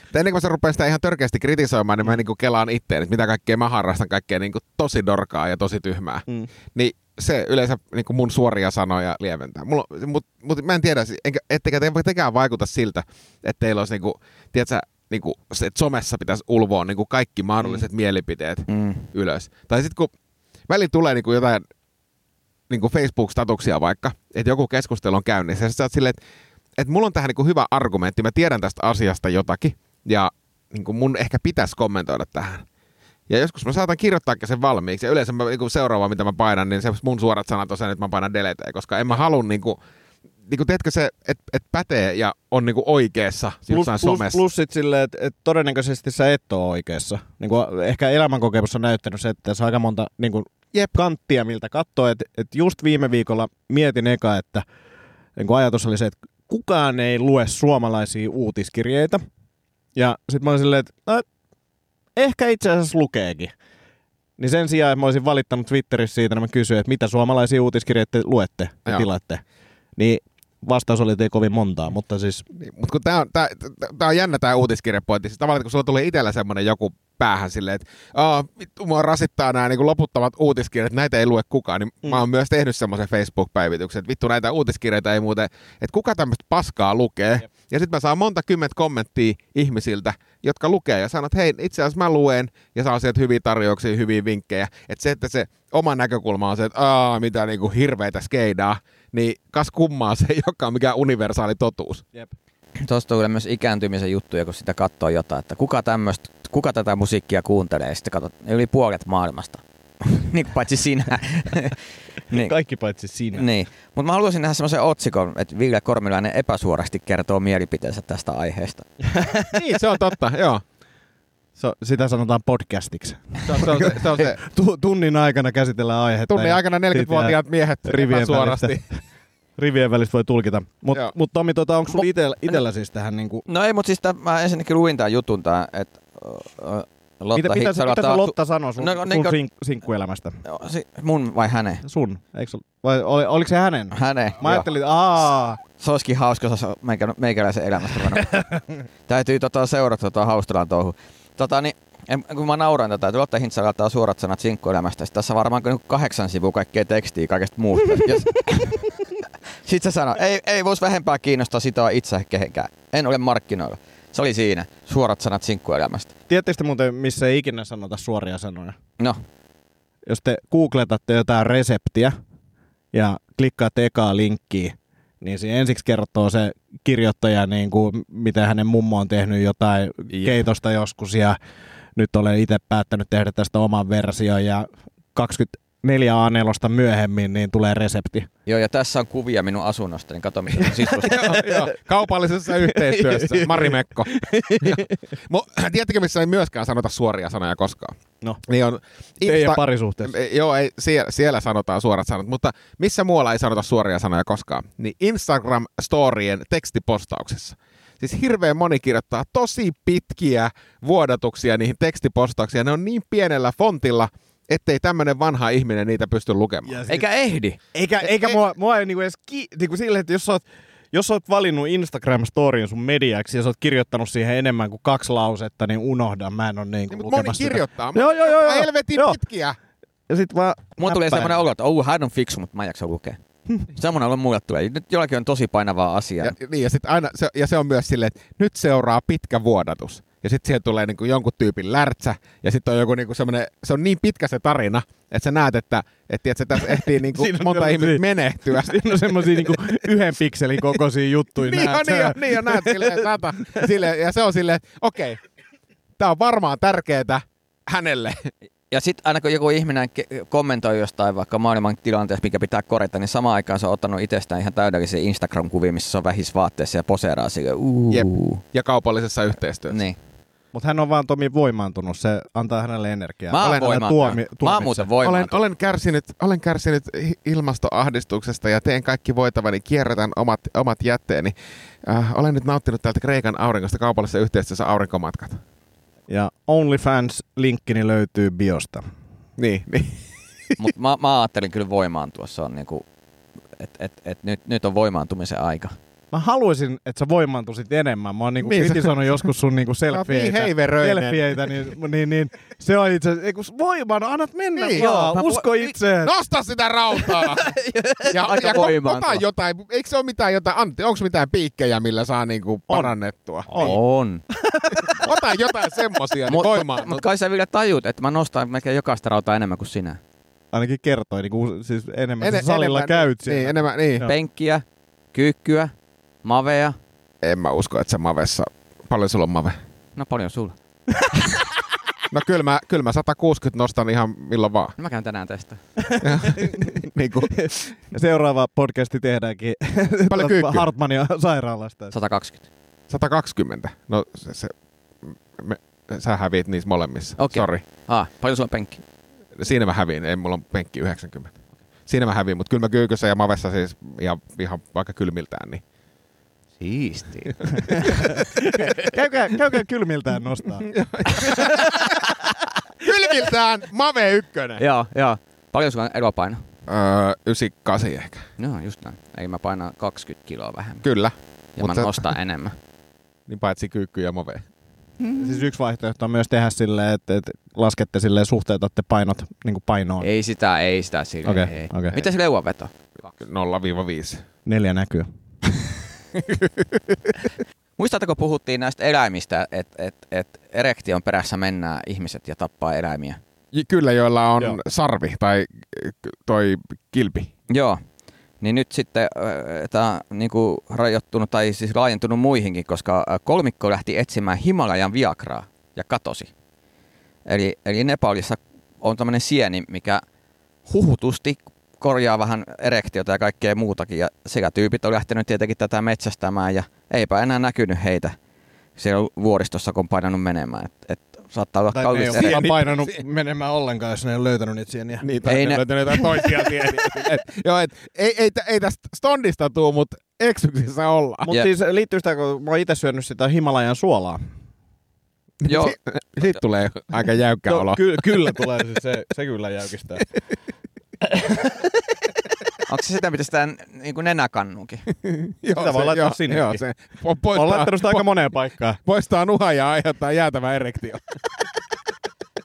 [SPEAKER 1] Mutta ennen kuin mä rupean sitä ihan törkeästi kritisoimaan, niin mä niin kelaan itteen, että mitä kaikkea mä harrastan, kaikkea niin tosi dorkaa ja tosi tyhmää.
[SPEAKER 3] Mm.
[SPEAKER 1] Niin se yleensä niin mun suoria sanoja lieventää. Mulla, mut, mut, mä en tiedä, siis enkä, ettekä te, tekään vaikuta siltä, että teillä olisi, niin kuin, tiedätkö, niin kuin, se, että somessa pitäisi ulvoa niin kaikki mahdolliset mm. mielipiteet
[SPEAKER 2] Mm.
[SPEAKER 1] ylös. Tai sitten kun välillä tulee niinku jotain niinku Facebook-statuksia vaikka, että joku keskustelu on käynnissä, ja sit sä oot silleen, että et mulla on tähän niinku hyvä argumentti, mä tiedän tästä asiasta jotakin, ja niinku mun ehkä pitäisi kommentoida tähän. Ja joskus mä saatan kirjoittaa sen valmiiksi. Ja yleensä mä, niin seuraava, mitä mä painan, niin se mun suorat sanat on se, että mä painan deleteen, koska en mä halua niin kuin, niin kuin, teetkö se, että et pätee ja on niin kuin oikeassa
[SPEAKER 3] Plus,
[SPEAKER 1] jossain
[SPEAKER 3] plus,
[SPEAKER 1] somessa.
[SPEAKER 3] plus sit silleen, että et todennäköisesti sä et ole oikeassa. Niin kuin ehkä elämänkokemus on näyttänyt se, että tässä on aika monta niin kuin Jep. kanttia, miltä katsoo. Että et just viime viikolla mietin eka, että niin kuin ajatus oli se, että kukaan ei lue suomalaisia uutiskirjeitä. Ja sitten mä olin silleen, että no, ehkä itse asiassa lukeekin. Niin sen sijaan, että mä olisin valittanut Twitterissä siitä, niin mä kysyin, että mitä suomalaisia uutiskirjeitä te luette ja
[SPEAKER 1] Joo.
[SPEAKER 3] tilatte. Niin vastaus oli, että ei kovin montaa, mutta siis
[SPEAKER 1] Niin, mutta kun tää on, tää, tää- tää on jännä tää uutiskirjapointti. Siis tavallaan kun sulla tulee itsellä semmoinen joku päähän silleen, että Aa, vittu, mua rasittaa nämä niin loputtomat uutiskirjat, näitä ei lue kukaan, niin mm. mä oon myös tehnyt semmoisen Facebook-päivityksen, että vittu näitä uutiskirjoita ei muuten, että kuka tämmöistä paskaa lukee. Jep. Ja sitten mä saan monta kymmentä kommenttia ihmisiltä, jotka lukee ja sanoo, että hei, itse asiassa mä luen ja saa sieltä hyviä tarjouksia, hyviä vinkkejä. Että se, että se oma näkökulma on se, että Aa, mitä niinku hirveitä skeidaa, niin kas kummaa se ei olekaan mikään universaali totuus.
[SPEAKER 2] Tuosta tulee myös ikääntymisen juttuja, kun sitä katsoo jotain, että kuka, tämmöstä, kuka tätä musiikkia kuuntelee, ja sitten katsot, yli puolet maailmasta. [laughs] niin paitsi
[SPEAKER 3] [laughs]
[SPEAKER 2] sinä. niin.
[SPEAKER 3] Kaikki paitsi sinä.
[SPEAKER 2] Niin, mutta mä haluaisin nähdä semmoisen otsikon, että Ville Kormilainen epäsuorasti kertoo mielipiteensä tästä aiheesta.
[SPEAKER 1] niin, se on totta, joo.
[SPEAKER 3] So, sitä sanotaan podcastiksi.
[SPEAKER 1] Se on se, on se, se, on
[SPEAKER 3] [laughs]
[SPEAKER 1] se.
[SPEAKER 3] Tu- tunnin aikana käsitellään aihetta.
[SPEAKER 1] tunnin
[SPEAKER 3] ja
[SPEAKER 1] aikana 40-vuotiaat miehet
[SPEAKER 3] rivien
[SPEAKER 1] rivien suorasti. [laughs]
[SPEAKER 3] [laughs] Rivien välistä voi tulkita.
[SPEAKER 1] Joo.
[SPEAKER 3] Mutta mut, Tomi, tota, onko sulla
[SPEAKER 2] Mu-
[SPEAKER 3] itellä, itellä siis tähän niinku...
[SPEAKER 2] No ei, mutta siis tämän, mä ensinnäkin luin tämän jutun, tämän, että ö, ö, Lotta
[SPEAKER 3] Mitä, mitä, sä-
[SPEAKER 2] Hitzala
[SPEAKER 3] mitä
[SPEAKER 2] taas-
[SPEAKER 3] sä Lotta sanoi sun,
[SPEAKER 2] No, no,
[SPEAKER 3] no, sun
[SPEAKER 2] niinku-
[SPEAKER 3] sink, sinkkuelämästä?
[SPEAKER 2] Joo, si- Mun vai hänen?
[SPEAKER 3] Sun, eikö, sul- vai oli, oliko se hänen?
[SPEAKER 2] Hänen.
[SPEAKER 3] Mä
[SPEAKER 2] joo.
[SPEAKER 3] ajattelin, että aah,
[SPEAKER 2] Se olisikin hauska, jos olisi meikä- meikäläisen elämästä ruvennut. Täytyy tota seurata tota Haustalan touhu. Tota, niin, en, kun mä nauran tätä, että Lotta Hintsa ottaa suorat sanat sinkkuelämästä. Sitten tässä on varmaan niinku kahdeksan sivua kaikkea tekstiä kaikesta muusta. [laughs] Jos... Sitten se sanoi, ei, ei voisi vähempää kiinnostaa sitoa itse kehenkään. En ole markkinoilla. Se oli siinä. Suorat sanat sinkkuelämästä.
[SPEAKER 3] tiedättekö te muuten, missä ei ikinä sanota suoria sanoja?
[SPEAKER 2] No,
[SPEAKER 3] Jos te googletatte jotain reseptiä ja klikkaatte ekaa linkkiä, niin siinä ensiksi kertoo se kirjoittaja, niin kuin, miten hänen mummo on tehnyt jotain keitosta joskus ja nyt olen itse päättänyt tehdä tästä oman version ja 24 A4 myöhemmin niin tulee resepti.
[SPEAKER 2] joo, ja tässä on kuvia minun asunnosta, niin katso mitä sisusta.
[SPEAKER 1] joo, joo. Kaupallisessa yhteistyössä. Mari
[SPEAKER 3] [laughs]
[SPEAKER 1] Mekko. Mo, [clears throat] tiedättekö, missä ei myöskään sanota suoria sanoja koskaan?
[SPEAKER 3] No.
[SPEAKER 1] Niin on
[SPEAKER 3] Teidän parisuhteessa.
[SPEAKER 1] E- Joo, ei, siellä, siellä sanotaan suorat sanat, mutta missä muualla ei sanota suoria sanoja koskaan? Niin Instagram-storien tekstipostauksessa. Siis hirveän moni kirjoittaa tosi pitkiä vuodatuksia niihin tekstipostauksiin. ja Ne on niin pienellä fontilla, ettei tämmöinen vanha ihminen niitä pysty lukemaan. Niin,
[SPEAKER 2] Eikä ehdi.
[SPEAKER 3] Eikä, eikä
[SPEAKER 1] e-
[SPEAKER 3] mua, mua ei niinku edes ki- niinku silleen, että jos sä oot, jos sä oot valinnut Instagram-storyin sun mediaksi ja sä oot kirjoittanut siihen enemmän kuin kaksi lausetta, niin unohda. Mä en ole niinku
[SPEAKER 1] Niin, mutta moni
[SPEAKER 3] lukemassa sitä.
[SPEAKER 1] kirjoittaa.
[SPEAKER 3] Joo, joo, joo, joo.
[SPEAKER 1] Helvetin
[SPEAKER 3] Joo.
[SPEAKER 1] pitkiä.
[SPEAKER 3] Ja sit vaan
[SPEAKER 2] Mulla tulee
[SPEAKER 3] näppäin.
[SPEAKER 2] semmoinen
[SPEAKER 3] [laughs]
[SPEAKER 2] olo, että oh, hän on fiksu, mutta mä en jaksa lukea. Semmoinen olo mulle tulee. Nyt jollakin on tosi painavaa asiaa.
[SPEAKER 1] Ja, niin, ja, sit aina, se, ja se on myös silleen, että nyt seuraa pitkä vuodatus. Ja sitten siihen tulee niinku jonkun tyypin lärtsä, ja sitten on joku niinku semmoinen, se on niin pitkä se tarina, että sä näet, että et, tiedät, tässä
[SPEAKER 3] [laughs]
[SPEAKER 1] ehtii niinku
[SPEAKER 3] Siinä on niin.
[SPEAKER 1] monta
[SPEAKER 3] sellaisia-
[SPEAKER 1] ihmistä
[SPEAKER 3] [laughs]
[SPEAKER 1] menehtyä.
[SPEAKER 3] Siinä on semmosia niinku yhden pikselin kokoisia
[SPEAKER 1] [laughs]
[SPEAKER 3] juttuja.
[SPEAKER 1] niin on,
[SPEAKER 3] näet
[SPEAKER 1] niin
[SPEAKER 3] sä.
[SPEAKER 1] on, niin on, näet silleen, tätä, silleen, ja se on silleen, että okei, tämä on varmaan tärkeetä hänelle.
[SPEAKER 2] Ja sitten aina kun joku ihminen ke- kommentoi jostain vaikka maailman tilanteessa, mikä pitää korjata, niin samaan aikaan se on ottanut itsestään ihan täydellisiä Instagram-kuvia, missä se on vähisvaatteessa ja poseeraa sille.
[SPEAKER 1] Jep.
[SPEAKER 2] Uuu.
[SPEAKER 1] Ja kaupallisessa yhteistyössä.
[SPEAKER 2] Niin.
[SPEAKER 3] Mut hän on vaan Tomi voimaantunut, se antaa hänelle energiaa.
[SPEAKER 2] Mä oon
[SPEAKER 3] Olen-
[SPEAKER 2] voimaan.
[SPEAKER 3] tuomi-
[SPEAKER 2] Mä oon
[SPEAKER 3] tuomitse.
[SPEAKER 2] muuten
[SPEAKER 1] Olen,
[SPEAKER 2] voimaan.
[SPEAKER 1] olen, kärsinyt, olen kärsinyt hi- ilmastoahdistuksesta ja teen kaikki voitavani, kierrätän omat, omat jätteeni. Äh, olen nyt nauttinut täältä Kreikan auringosta kaupallisessa yhteistyössä aurinkomatkat.
[SPEAKER 3] Ja OnlyFans-linkkini löytyy biosta.
[SPEAKER 1] Niin, niin.
[SPEAKER 2] Mutta mä, mä, ajattelin kyllä voimaan tuossa on niinku, että et, et, nyt, nyt on voimaantumisen aika.
[SPEAKER 3] Mä haluaisin, että sä voimaantuisit enemmän. Mä oon niinku
[SPEAKER 1] Niin, sä-
[SPEAKER 3] kritisoinut joskus sun niinku selfieitä.
[SPEAKER 1] niin heiveröinen.
[SPEAKER 3] selfieitä, niin, niin, niin, se on itse asiassa, ei kun voimaan, annat mennä
[SPEAKER 1] Niin, No.
[SPEAKER 3] niin,
[SPEAKER 2] joo,
[SPEAKER 3] vaan,
[SPEAKER 2] mä
[SPEAKER 3] joo,
[SPEAKER 2] vo-
[SPEAKER 3] usko
[SPEAKER 2] niin,
[SPEAKER 3] itse.
[SPEAKER 1] [laughs] Nosta sitä [laughs] rautaa! ja,
[SPEAKER 2] Aika
[SPEAKER 1] ja
[SPEAKER 2] voimaan
[SPEAKER 1] ota
[SPEAKER 2] tuo.
[SPEAKER 1] jotain, eikö se ole mitään jotain, Antti, onko mitään piikkejä, millä saa niinku parannettua? Niin.
[SPEAKER 2] On.
[SPEAKER 1] Ota jotain semmosia, niin voimaan.
[SPEAKER 2] Mutta kai sä vielä tajut, että mä nostan melkein jokaista rautaa enemmän kuin sinä.
[SPEAKER 3] Ainakin kertoi, niin kuin, siis enemmän
[SPEAKER 1] En-
[SPEAKER 3] en, salilla
[SPEAKER 1] enemmän-
[SPEAKER 3] käyt
[SPEAKER 1] Niin,
[SPEAKER 3] siellä.
[SPEAKER 1] enemmän, niin.
[SPEAKER 3] Joo.
[SPEAKER 2] Penkkiä, kyykkyä, mavea.
[SPEAKER 1] En mä usko, että sä mavessa, paljon sulla on mave?
[SPEAKER 2] No paljon sulla.
[SPEAKER 1] No kyllä mä, kyllä mä 160 nostan ihan milloin vaan.
[SPEAKER 2] No mä käyn tänään tästä.
[SPEAKER 1] Niin kuin,
[SPEAKER 3] Seuraava podcasti tehdäänkin
[SPEAKER 1] [laughs] Paljon kyykkyä?
[SPEAKER 3] Hartmania sairaalasta.
[SPEAKER 2] 120.
[SPEAKER 1] 120.
[SPEAKER 2] 120.
[SPEAKER 1] No se, se me, sä häviit niissä molemmissa.
[SPEAKER 2] Okei.
[SPEAKER 1] Sorry.
[SPEAKER 2] Ah, paljon sulla on penkki?
[SPEAKER 1] Siinä mä häviin, ei mulla on penkki 90. Siinä mä häviin, mutta kyllä mä kyykyssä ja mavessa siis ja ihan vaikka kylmiltään, niin
[SPEAKER 2] Siisti.
[SPEAKER 3] käykää, käykää
[SPEAKER 1] [laughs]
[SPEAKER 3] kylmiltään nostaa.
[SPEAKER 1] Kylmiltään Mave ykkönen.
[SPEAKER 2] [laughs] joo, joo. Paljon sulla on eropaino?
[SPEAKER 1] Öö, 98 ehkä.
[SPEAKER 2] No, just näin. Eli mä painan 20 kiloa vähemmän.
[SPEAKER 1] Kyllä.
[SPEAKER 2] Ja
[SPEAKER 1] Mut
[SPEAKER 2] mä
[SPEAKER 1] sä-
[SPEAKER 2] nostan enemmän.
[SPEAKER 1] Niin paitsi kyykky ja Mave.
[SPEAKER 3] siis yksi vaihtoehto on myös tehdä silleen, että, että laskette silleen, suhteutatte painot niin kuin painoon.
[SPEAKER 2] Ei sitä, ei sitä sille.
[SPEAKER 3] Okei,
[SPEAKER 2] ei.
[SPEAKER 3] okei.
[SPEAKER 2] Miten se leuanveto?
[SPEAKER 1] 0-5.
[SPEAKER 3] Neljä näkyy.
[SPEAKER 2] Muistatteko, puhuttiin näistä eläimistä, että et, et erektion perässä mennään ihmiset ja tappaa eläimiä?
[SPEAKER 1] J- Kyllä, joilla on
[SPEAKER 3] Joo.
[SPEAKER 1] sarvi tai äh, toi kilpi.
[SPEAKER 2] Joo. Niin nyt sitten tämä on niinku rajoittunut tai siis laajentunut muihinkin, koska ö, kolmikko lähti etsimään Himalajan viagraa ja katosi. Eli, eli Nepalissa on tämmöinen sieni, mikä huhutusti korjaa vähän erektiota ja kaikkea muutakin. Ja sekä tyypit on lähtenyt tietenkin tätä metsästämään ja eipä enää näkynyt heitä siellä vuoristossa, kun on painanut menemään. Et, et saattaa olla
[SPEAKER 3] Tai ne
[SPEAKER 2] kallis
[SPEAKER 3] ei ole
[SPEAKER 2] ere- [laughs]
[SPEAKER 3] varmaan painanut menemään ollenkaan, jos ne ei ole löytänyt niitä sieniä.
[SPEAKER 1] Niin,
[SPEAKER 2] Ei
[SPEAKER 1] tai
[SPEAKER 2] ne-
[SPEAKER 1] ne... löytänyt jotain toisia sieniä. et, joo, et, ei, ei, tä- ei tästä stondista tuu, mutta eksyksissä ollaan.
[SPEAKER 3] Mutta
[SPEAKER 2] Jep.
[SPEAKER 3] siis liittyy sitä, kun mä oon itse syönyt sitä Himalajan suolaa.
[SPEAKER 2] Joo,
[SPEAKER 1] Si- Siitä tulee aika jäykkä olo.
[SPEAKER 3] No, ky- kyllä tulee, siis se, se kyllä [laughs] jäykistää.
[SPEAKER 2] onko se sitä, mitä sitä niin kuin nenäkannuukin?
[SPEAKER 1] [laughs] Joo,
[SPEAKER 3] Sitä voi laittaa
[SPEAKER 1] joo,
[SPEAKER 3] sinnekin.
[SPEAKER 1] Joo, se po-
[SPEAKER 3] Mä oon laittanut
[SPEAKER 1] poistaa,
[SPEAKER 3] sitä aika moneen paikkaan.
[SPEAKER 1] poistaa nuha ja aiheuttaa jäätävä erektio. [laughs]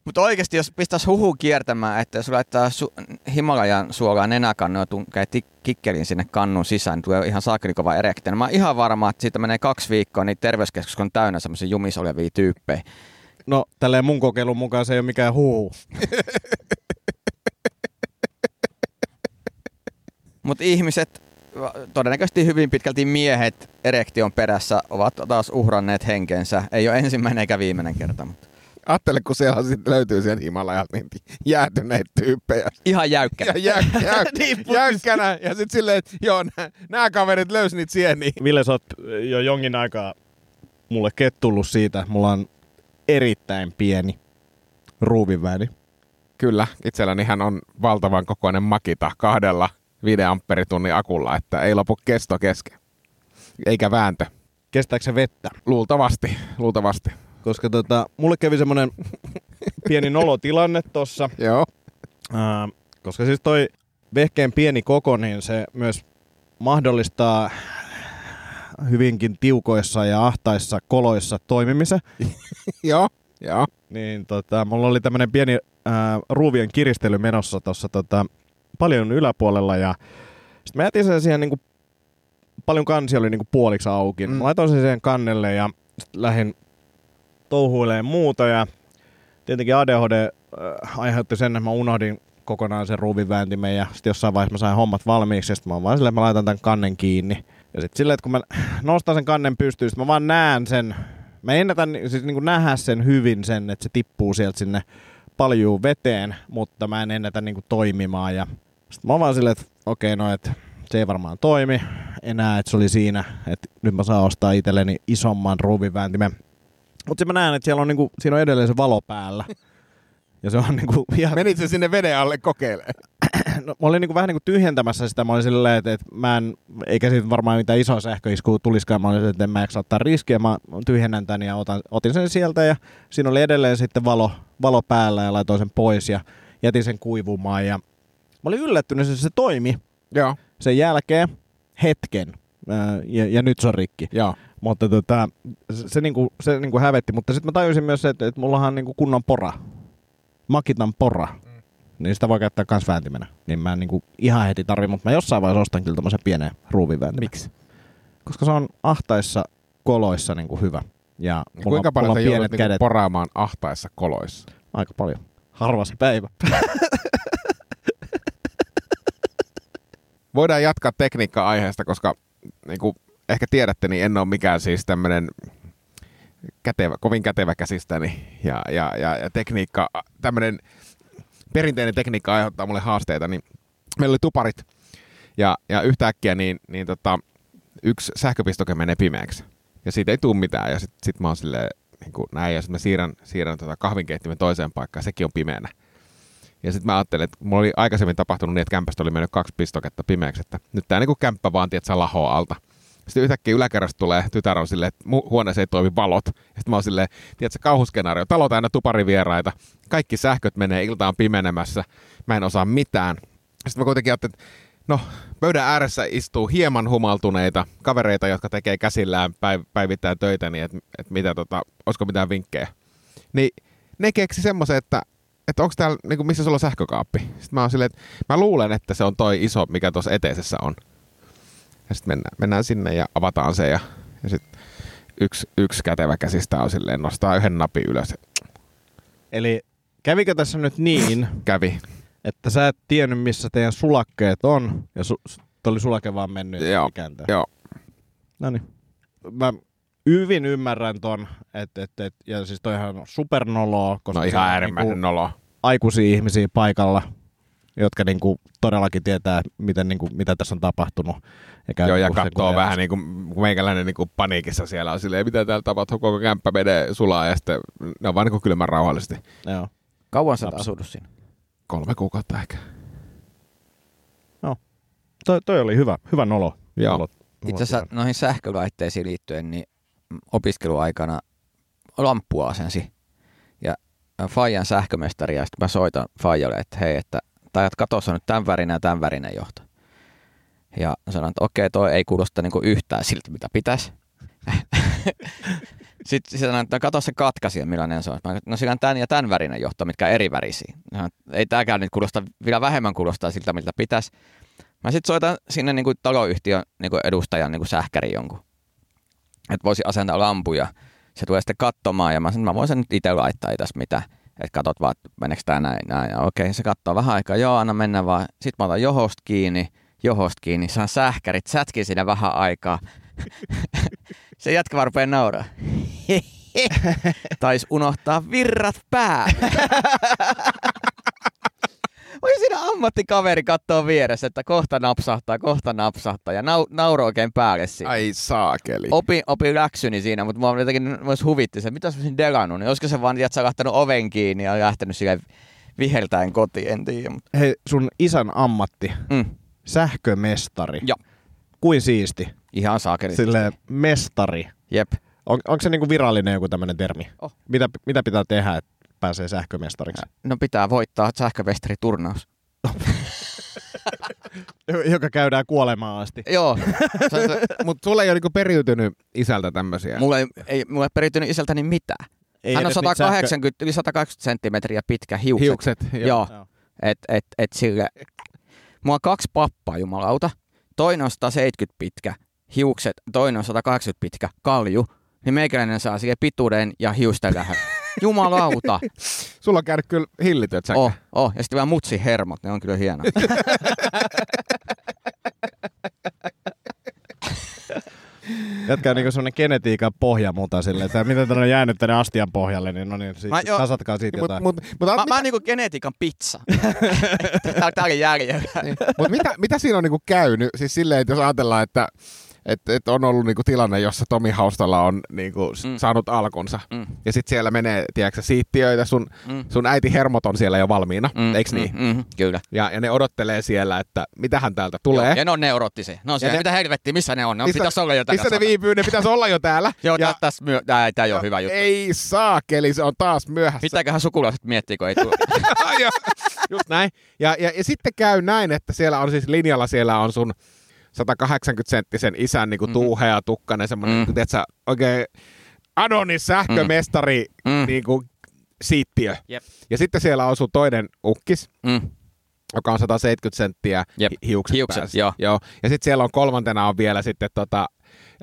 [SPEAKER 2] Mutta oikeasti, jos pistäisi huhu kiertämään, että jos laittaa su- Himalajan suolaan nenäkannu ja tunkee tik- kikkelin sinne kannun sisään, niin tulee ihan saakelikova erektio. No Mä oon ihan varma, että siitä menee kaksi viikkoa, niin terveyskeskus on täynnä semmoisia jumissa olevia tyyppejä.
[SPEAKER 3] No, tälleen mun kokeilun mukaan se ei ole mikään huu.
[SPEAKER 2] Mutta ihmiset, todennäköisesti hyvin pitkälti miehet erektion perässä, ovat taas uhranneet henkensä. Ei ole ensimmäinen eikä viimeinen kerta, mutta
[SPEAKER 1] Ajattele, kun siellä sit löytyy sieltä Himalajalta niitä jäätyneitä [laughs] tyyppejä.
[SPEAKER 2] ihan jäykkä.
[SPEAKER 1] Ja jä, jä, jäykkänä. Ja sitten silleen, että joo, nämä kaverit löysi niitä niin- sieniä.
[SPEAKER 3] Ville, sä oot jo jonkin aikaa mulle kettullut siitä. Mulla on erittäin pieni ruuvinväri.
[SPEAKER 1] Kyllä, itselläni hän on valtavan kokoinen makita kahdella 5 ampperitunnin akulla, että ei lopu kesto kesken. Eikä vääntö.
[SPEAKER 3] Kestääkö se vettä?
[SPEAKER 1] Luultavasti, luultavasti.
[SPEAKER 3] Koska tota, mulle kävi semmonen pieni nolotilanne tossa.
[SPEAKER 1] Joo.
[SPEAKER 3] Ää, koska siis toi vehkeen pieni koko, niin se myös mahdollistaa hyvinkin tiukoissa ja ahtaissa koloissa toimimisen.
[SPEAKER 1] Joo. Joo.
[SPEAKER 3] Niin tota, mulla oli tämmönen pieni ää, ruuvien kiristely menossa tuossa tota, paljon yläpuolella ja sit mä jätin sen siihen niinku, paljon kansi oli niinku puoliksi auki.
[SPEAKER 1] Mm.
[SPEAKER 3] Mm. Laitoin sen siihen kannelle ja sit lähdin touhuilemaan muuta ja tietenkin ADHD äh, aiheutti sen, että mä unohdin kokonaan sen ruuvinvääntimen ja sitten jossain vaiheessa mä sain hommat valmiiksi ja sitten mä oon vaan silleen, että mä laitan tämän kannen kiinni. Ja sitten silleen, että kun mä nostan sen kannen pystyyn, sit mä vaan näen sen, mä ennätän ni- siis niin nähdä sen hyvin sen, että se tippuu sieltä sinne paljuu veteen, mutta mä en ennätä niin kuin toimimaan ja sitten mä oon vaan silleen, että okei no, että se ei varmaan toimi enää, että se oli siinä, että nyt mä saan ostaa itselleni isomman ruuvinvääntimen. Mutta sitten mä näen, että siellä on, niinku, siinä on edelleen se valo päällä. Ja se on niinku ihan...
[SPEAKER 1] Menit se sinne veden alle kokeilemaan?
[SPEAKER 3] No, mä olin niinku vähän niinku tyhjentämässä sitä. Mä olin silleen, että, että mä en, eikä siitä varmaan mitään isoa sähköiskua tulisikaan. Mä olin silleen, että en mä jaksa ottaa riskiä. Mä tyhjennän tän ja otan, otin sen sieltä ja siinä oli edelleen sitten valo, valo päällä ja laitoin sen pois ja jätin sen kuivumaan. Ja mä olin yllättynyt, että se toimi
[SPEAKER 1] Joo.
[SPEAKER 3] sen jälkeen hetken. Ää, Ja, ja nyt se on rikki.
[SPEAKER 1] Joo.
[SPEAKER 3] Mutta tota, se, se, niinku, se niinku hävetti, mutta sitten mä tajusin myös se, että, että mullahan on niinku kunnon pora. Makitan pora. Mm. Niin sitä voi käyttää kans vääntimenä. Niin mä en niinku ihan heti tarvi, mutta mä jossain vaiheessa ostan kyllä tommosen pienen ruuvivääntimen.
[SPEAKER 1] Miksi?
[SPEAKER 3] Koska se on ahtaissa koloissa niinku hyvä. Ja mulla,
[SPEAKER 1] Mulla, Niin Kuinka paljon
[SPEAKER 3] mulla
[SPEAKER 1] sä
[SPEAKER 3] on
[SPEAKER 1] joudut
[SPEAKER 3] pienet
[SPEAKER 1] niinku
[SPEAKER 3] kädet.
[SPEAKER 1] poraamaan ahtaissa koloissa?
[SPEAKER 3] Aika paljon. Harva se päivä.
[SPEAKER 1] Voidaan jatkaa tekniikka-aiheesta, koska niin kuin ehkä tiedätte, niin en ole mikään siis tämmöinen kätevä, kovin kätevä käsistäni ja, ja, ja, ja tekniikka, tämmöinen perinteinen tekniikka aiheuttaa mulle haasteita, niin meillä oli tuparit ja, ja yhtäkkiä niin, niin tota, yksi sähköpistoke menee pimeäksi ja siitä ei tule mitään ja sitten sit mä oon silleen niin kuin näin ja sitten mä siirrän, siirrän tota kahvinkeittimen toiseen paikkaan sekin on pimeänä. Ja sitten mä ajattelin, että mulla oli aikaisemmin tapahtunut niin, että kämpästä oli mennyt kaksi pistoketta pimeäksi, että nyt tää niinku kämppä vaan, tiedät, sä lahoo alta. Sitten yhtäkkiä yläkerrasta tulee, tytär on silleen, että mu- huoneessa ei toimi valot. Sitten mä oon silleen, tiedätkö, kauhuskenaario, talo täynnä tuparivieraita, kaikki sähköt menee, ilta on pimenemässä, mä en osaa mitään. Sitten mä kuitenkin ajattelin, että no, pöydän ääressä istuu hieman humaltuneita kavereita, jotka tekee käsillään päiv- päivittäin töitä, niin että et mitä tota, olisiko mitään vinkkejä. Niin ne keksi semmoisen, että että onko täällä, niin kuin, missä sulla on sähkökaappi? Sitten mä oon silleen, että mä luulen, että se on toi iso, mikä tuossa eteisessä on. Ja sitten mennään, mennään sinne ja avataan se ja, ja sitten yksi, yksi kätevä käsistä on silleen, nostaa yhden napin ylös.
[SPEAKER 3] Eli kävikö tässä nyt niin,
[SPEAKER 1] Kävi.
[SPEAKER 3] että sä et tiennyt, missä teidän sulakkeet on, ja su- s- toi oli sulake vaan mennyt
[SPEAKER 1] Joo,
[SPEAKER 3] kääntää.
[SPEAKER 1] Joo.
[SPEAKER 3] No niin. Mä hyvin ymmärrän ton, että et, et, ja siis toihan on supernoloa, koska
[SPEAKER 1] No
[SPEAKER 3] siellä
[SPEAKER 1] ihan
[SPEAKER 3] on
[SPEAKER 1] äärimmäinen
[SPEAKER 3] niinku
[SPEAKER 1] nolo.
[SPEAKER 3] aikuisia ihmisiä paikalla, jotka niinku todellakin tietää, miten, niinku, mitä tässä on tapahtunut. Ja käy
[SPEAKER 1] Joo, ja
[SPEAKER 3] puhuu sen, kun
[SPEAKER 1] katsoo
[SPEAKER 3] ei-
[SPEAKER 1] vähän niin kuin meikäläinen niin kuin paniikissa siellä on silleen, mitä täällä tapahtuu, koko kämppä menee sulaa ja sitten ne on vaan niin kuin kylmän rauhallisesti.
[SPEAKER 3] Joo.
[SPEAKER 2] Kauan sä oot
[SPEAKER 3] Lapsi.
[SPEAKER 2] asunut siinä?
[SPEAKER 1] Kolme kuukautta ehkä.
[SPEAKER 3] Toi, toi oli hyvä, hyvä nolo.
[SPEAKER 1] Joo.
[SPEAKER 3] Nolo-
[SPEAKER 2] Itse asiassa noihin sähkölaitteisiin liittyen, niin opiskeluaikana lamppua asensi. Ja Fajan sähkömestari, ja sitten mä soitan Fajalle, että hei, että tai että katossa on nyt tämän värinen ja tämän värinen johto. Ja sanoin, että okei, toi ei kuulosta niinku yhtään siltä, mitä pitäisi. [laughs] Sitten se sanoi, että no kato se katkasi, että millainen se on. Mä sanoin, että no sillä on tämän ja tämän värinen johto, mitkä on eri värisiä. Mä sanoin, että ei tämäkään nyt kuulosta, vielä vähemmän kuulostaa siltä, miltä pitäisi. Mä sitten soitan sinne niinku taloyhtiön niinku edustajan niinku sähkäri jonkun. Että voisi asentaa lampuja. Se tulee sitten katsomaan ja mä sanon, että mä voin sen nyt itse laittaa, ei tässä mitään. Että katot vaan, että meneekö tää näin, näin. Ja okei, se katsoo vähän aikaa, joo, anna mennä vaan. Sitten mä otan johosta kiinni, johosta kiinni, saan sähkärit, sätkin siinä vähän aikaa. [laughs] se jätkä vaan rupeaa nauraa. [laughs] Taisi unohtaa virrat päälle. [laughs] Voi siinä ammattikaveri katsoo vieressä, että kohta napsahtaa, kohta napsahtaa ja nau, nauroo oikein päälle siinä.
[SPEAKER 1] Ai saakeli.
[SPEAKER 2] Opin, opin läksyni siinä, mutta mua jotenkin myös huvitti se, että mitä jos mä olisin delannut, niin olisiko se vaan, että sä lähtenyt oven kiinni ja lähtenyt sille viheltäen kotiin, en tiedä. Mutta.
[SPEAKER 3] Hei, sun isän ammatti,
[SPEAKER 2] Mm.
[SPEAKER 3] sähkömestari.
[SPEAKER 2] Joo.
[SPEAKER 3] Kuin siisti.
[SPEAKER 2] Ihan saakeri.
[SPEAKER 3] Silleen mestari.
[SPEAKER 2] Jep.
[SPEAKER 3] On, onko se niinku virallinen joku tämmöinen termi?
[SPEAKER 2] Oh.
[SPEAKER 3] Mitä, mitä pitää tehdä, että pääsee sähkömestariksi?
[SPEAKER 2] No pitää voittaa sähköpesteri turnaus.
[SPEAKER 3] Jo- Joka käydään kuolemaan asti.
[SPEAKER 2] Joo. Se- se-
[SPEAKER 1] Mutta sulla ei ole niinku periytynyt isältä tämmöisiä.
[SPEAKER 2] mulle ei, ei mulle ei periytynyt isältäni mitään.
[SPEAKER 3] Ei
[SPEAKER 2] Hän on
[SPEAKER 3] edes niitä
[SPEAKER 2] 180, yli 180 senttimetriä pitkä hiukset.
[SPEAKER 1] Hiukset.
[SPEAKER 2] Joo. Joo.
[SPEAKER 3] Joo.
[SPEAKER 2] Et, et, et sille. Mulla on kaksi pappaa, jumalauta. Toinen on 170 pitkä, hiukset, toinen on 180 pitkä, kalju. Niin meikäläinen saa siihen pituuden ja hiusten lähden.
[SPEAKER 1] [laughs]
[SPEAKER 2] Jumalauta.
[SPEAKER 1] Sulla on käynyt kyllä hillityt säkä.
[SPEAKER 2] Oh, oh. Ja sitten vielä mutsi hermot, ne on kyllä hieno.
[SPEAKER 1] [laughs]
[SPEAKER 3] Sähkö. Jätkä on niinku semmoinen genetiikan pohja muuta silleen, että miten tänne on jäänyt tänne astian pohjalle, niin no niin, siitä,
[SPEAKER 2] Mä jo-
[SPEAKER 3] tasatkaa siitä
[SPEAKER 1] Mutta
[SPEAKER 3] jotain.
[SPEAKER 1] mut, mut,
[SPEAKER 2] Mä,
[SPEAKER 1] mut,
[SPEAKER 2] mä oon niinku genetiikan
[SPEAKER 1] [laughs]
[SPEAKER 2] pizza. Tää, tää oli järjellä.
[SPEAKER 1] Mutta mitä, mitä siinä on niinku käynyt? Siis silleen, että jos ajatellaan, että et, et on ollut niinku tilanne, jossa Tomi Haustalla on niinku s-
[SPEAKER 2] Mm.
[SPEAKER 1] saanut alkunsa.
[SPEAKER 2] Mm.
[SPEAKER 1] Ja sitten siellä menee, tiedätkö, sä, siittiöitä, sun,
[SPEAKER 2] Mm.
[SPEAKER 1] sun äiti hermot on siellä jo valmiina, mm. eikö niin? Mm.
[SPEAKER 2] Mm, mm, kyllä.
[SPEAKER 1] Ja, ja ne odottelee siellä, että mitähän täältä tulee.
[SPEAKER 2] Joo, ja ne on neuroottisia. Ne on siellä,
[SPEAKER 1] ne-
[SPEAKER 2] ne... mitä helvettiä, missä ne on? Ne on
[SPEAKER 1] Missä-
[SPEAKER 2] pitäisi olla jotain.
[SPEAKER 1] Missä ne viipyy? Ne pitäisi olla jo täällä.
[SPEAKER 2] Joo,
[SPEAKER 1] ja,
[SPEAKER 2] ja... tässä myö... Tää, tää ei ole hyvä juttu.
[SPEAKER 1] Ei saakeli, se on taas myöhässä.
[SPEAKER 2] Pitääköhän sukulaiset miettiä, kun ei tule.
[SPEAKER 1] ja, just näin. Ja, ja, ja sitten käy näin, että siellä on siis linjalla siellä on sun 180-senttisen isän niin kuin
[SPEAKER 2] Mhm.
[SPEAKER 1] tuuhea tukkainen, semmoinen,
[SPEAKER 2] Mm.
[SPEAKER 1] mm. tiedätkö, sä, oikein Adonis sähkömestari
[SPEAKER 2] Mm.
[SPEAKER 1] mm. [laughs] niin kuin, siittiö.
[SPEAKER 2] Jep.
[SPEAKER 1] Ja sitten siellä on sun toinen ukkis,
[SPEAKER 2] Mm.
[SPEAKER 1] joka on 170 senttiä
[SPEAKER 2] Jep.
[SPEAKER 1] hi- hiukset,
[SPEAKER 2] Hiukset,
[SPEAKER 1] päässä.
[SPEAKER 2] joo.
[SPEAKER 1] joo. Ja sitten siellä on kolmantena on vielä sitten tota,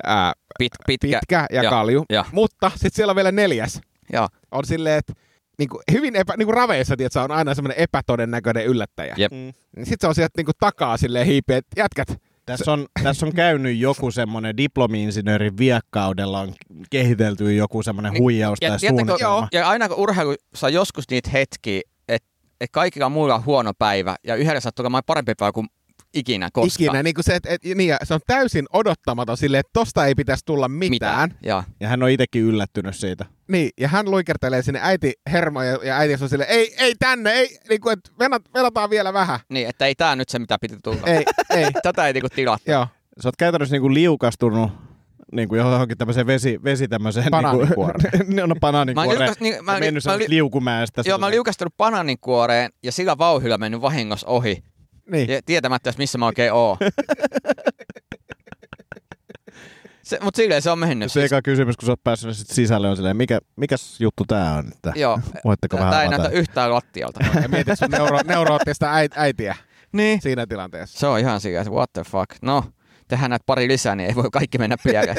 [SPEAKER 1] ää,
[SPEAKER 2] Pit, pitkä.
[SPEAKER 1] pitkä, ja,
[SPEAKER 2] ja-
[SPEAKER 1] ja kalju.
[SPEAKER 2] ja.
[SPEAKER 1] Mutta sitten siellä on vielä neljäs
[SPEAKER 2] Joo.
[SPEAKER 1] on silleen, että niinku, hyvin epä, niinku raveissa tiedätkö, on aina semmoinen epätodennäköinen yllättäjä.
[SPEAKER 2] Jep.
[SPEAKER 3] Mm.
[SPEAKER 1] Sitten se on sieltä niinku, takaa silleen hiipii, että jätkät,
[SPEAKER 3] Tässä on, tässä on käynyt joku semmoinen diplomi-insinöörin viekkaudella on kehitelty joku semmoinen
[SPEAKER 2] Niin,
[SPEAKER 3] huijaus tai
[SPEAKER 2] tiedättekö-
[SPEAKER 3] suunnitelma.
[SPEAKER 2] ja aina kun urheilu saa joskus niitä hetkiä, että et kaikilla muilla on huono päivä ja yhdellä sattuu olemaan parempi päivä kuin ikinä koskaan.
[SPEAKER 1] Ikinä, niin kuin se, et, et, niin, ja se on täysin odottamaton silleen, että tosta ei pitäisi tulla mitään. mitään.
[SPEAKER 2] Ja.
[SPEAKER 3] Ja hän on itsekin yllättynyt siitä.
[SPEAKER 1] Niin, ja hän luikertelee sinne äiti hermo ja, ja äiti on silleen, ei, ei tänne, ei, niin kuin, että venat, venataan vielä vähän.
[SPEAKER 2] Niin, että ei tämä nyt se, mitä piti tulla.
[SPEAKER 1] Ei, ei,
[SPEAKER 2] Tätä ei niinku tilattu.
[SPEAKER 1] joo.
[SPEAKER 3] Sä oot käytännössä niinku liukastunut niinku johonkin tämmöiseen vesi, vesi tämmöiseen...
[SPEAKER 1] Banaanikuoreen.
[SPEAKER 3] Niinku, [laughs] no
[SPEAKER 2] Mä oon
[SPEAKER 3] banaanikuoreen.
[SPEAKER 2] liukas- niin, mä-
[SPEAKER 3] Mä, mennyt
[SPEAKER 2] mä-
[SPEAKER 3] mä, liukumäestä.
[SPEAKER 2] Joo, mä oon liukastellut banaaninkuoreen ja sillä vauhilla mennyt vahingossa ohi.
[SPEAKER 1] Niin.
[SPEAKER 2] Ja tietämättä, edes, missä mä
[SPEAKER 1] [laughs]
[SPEAKER 2] oikein oon. se, mut silleen se on mennyt.
[SPEAKER 3] Siis
[SPEAKER 2] siis.
[SPEAKER 3] Se eka kysymys, kun sä oot päässyt sit sisälle, on silleen, mikä, mikäs juttu tää on? Että
[SPEAKER 1] [laughs]
[SPEAKER 2] Joo.
[SPEAKER 3] voitteko vähän
[SPEAKER 2] Tämä ei
[SPEAKER 3] avata?
[SPEAKER 2] näytä yhtään lattialta.
[SPEAKER 1] Ja mietit sun neuro, neuroottista äit, äitiä
[SPEAKER 2] niin.
[SPEAKER 1] siinä tilanteessa.
[SPEAKER 2] Se on ihan sillä, että what the fuck. No, tehdään näitä pari lisää, niin ei voi kaikki mennä pieleen.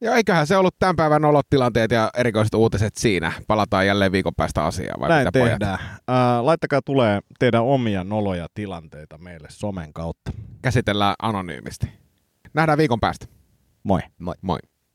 [SPEAKER 1] Ja eiköhän se ollut tämän päivän olotilanteet ja erikoiset uutiset siinä. Palataan jälleen viikon päästä asiaan. Vai
[SPEAKER 3] Näin
[SPEAKER 1] mitä pojat?
[SPEAKER 3] tehdään. Ää, laittakaa tulee teidän omia noloja tilanteita meille somen kautta.
[SPEAKER 1] Käsitellään anonyymisti. Nähdään viikon päästä.
[SPEAKER 3] Moi.
[SPEAKER 1] Moi.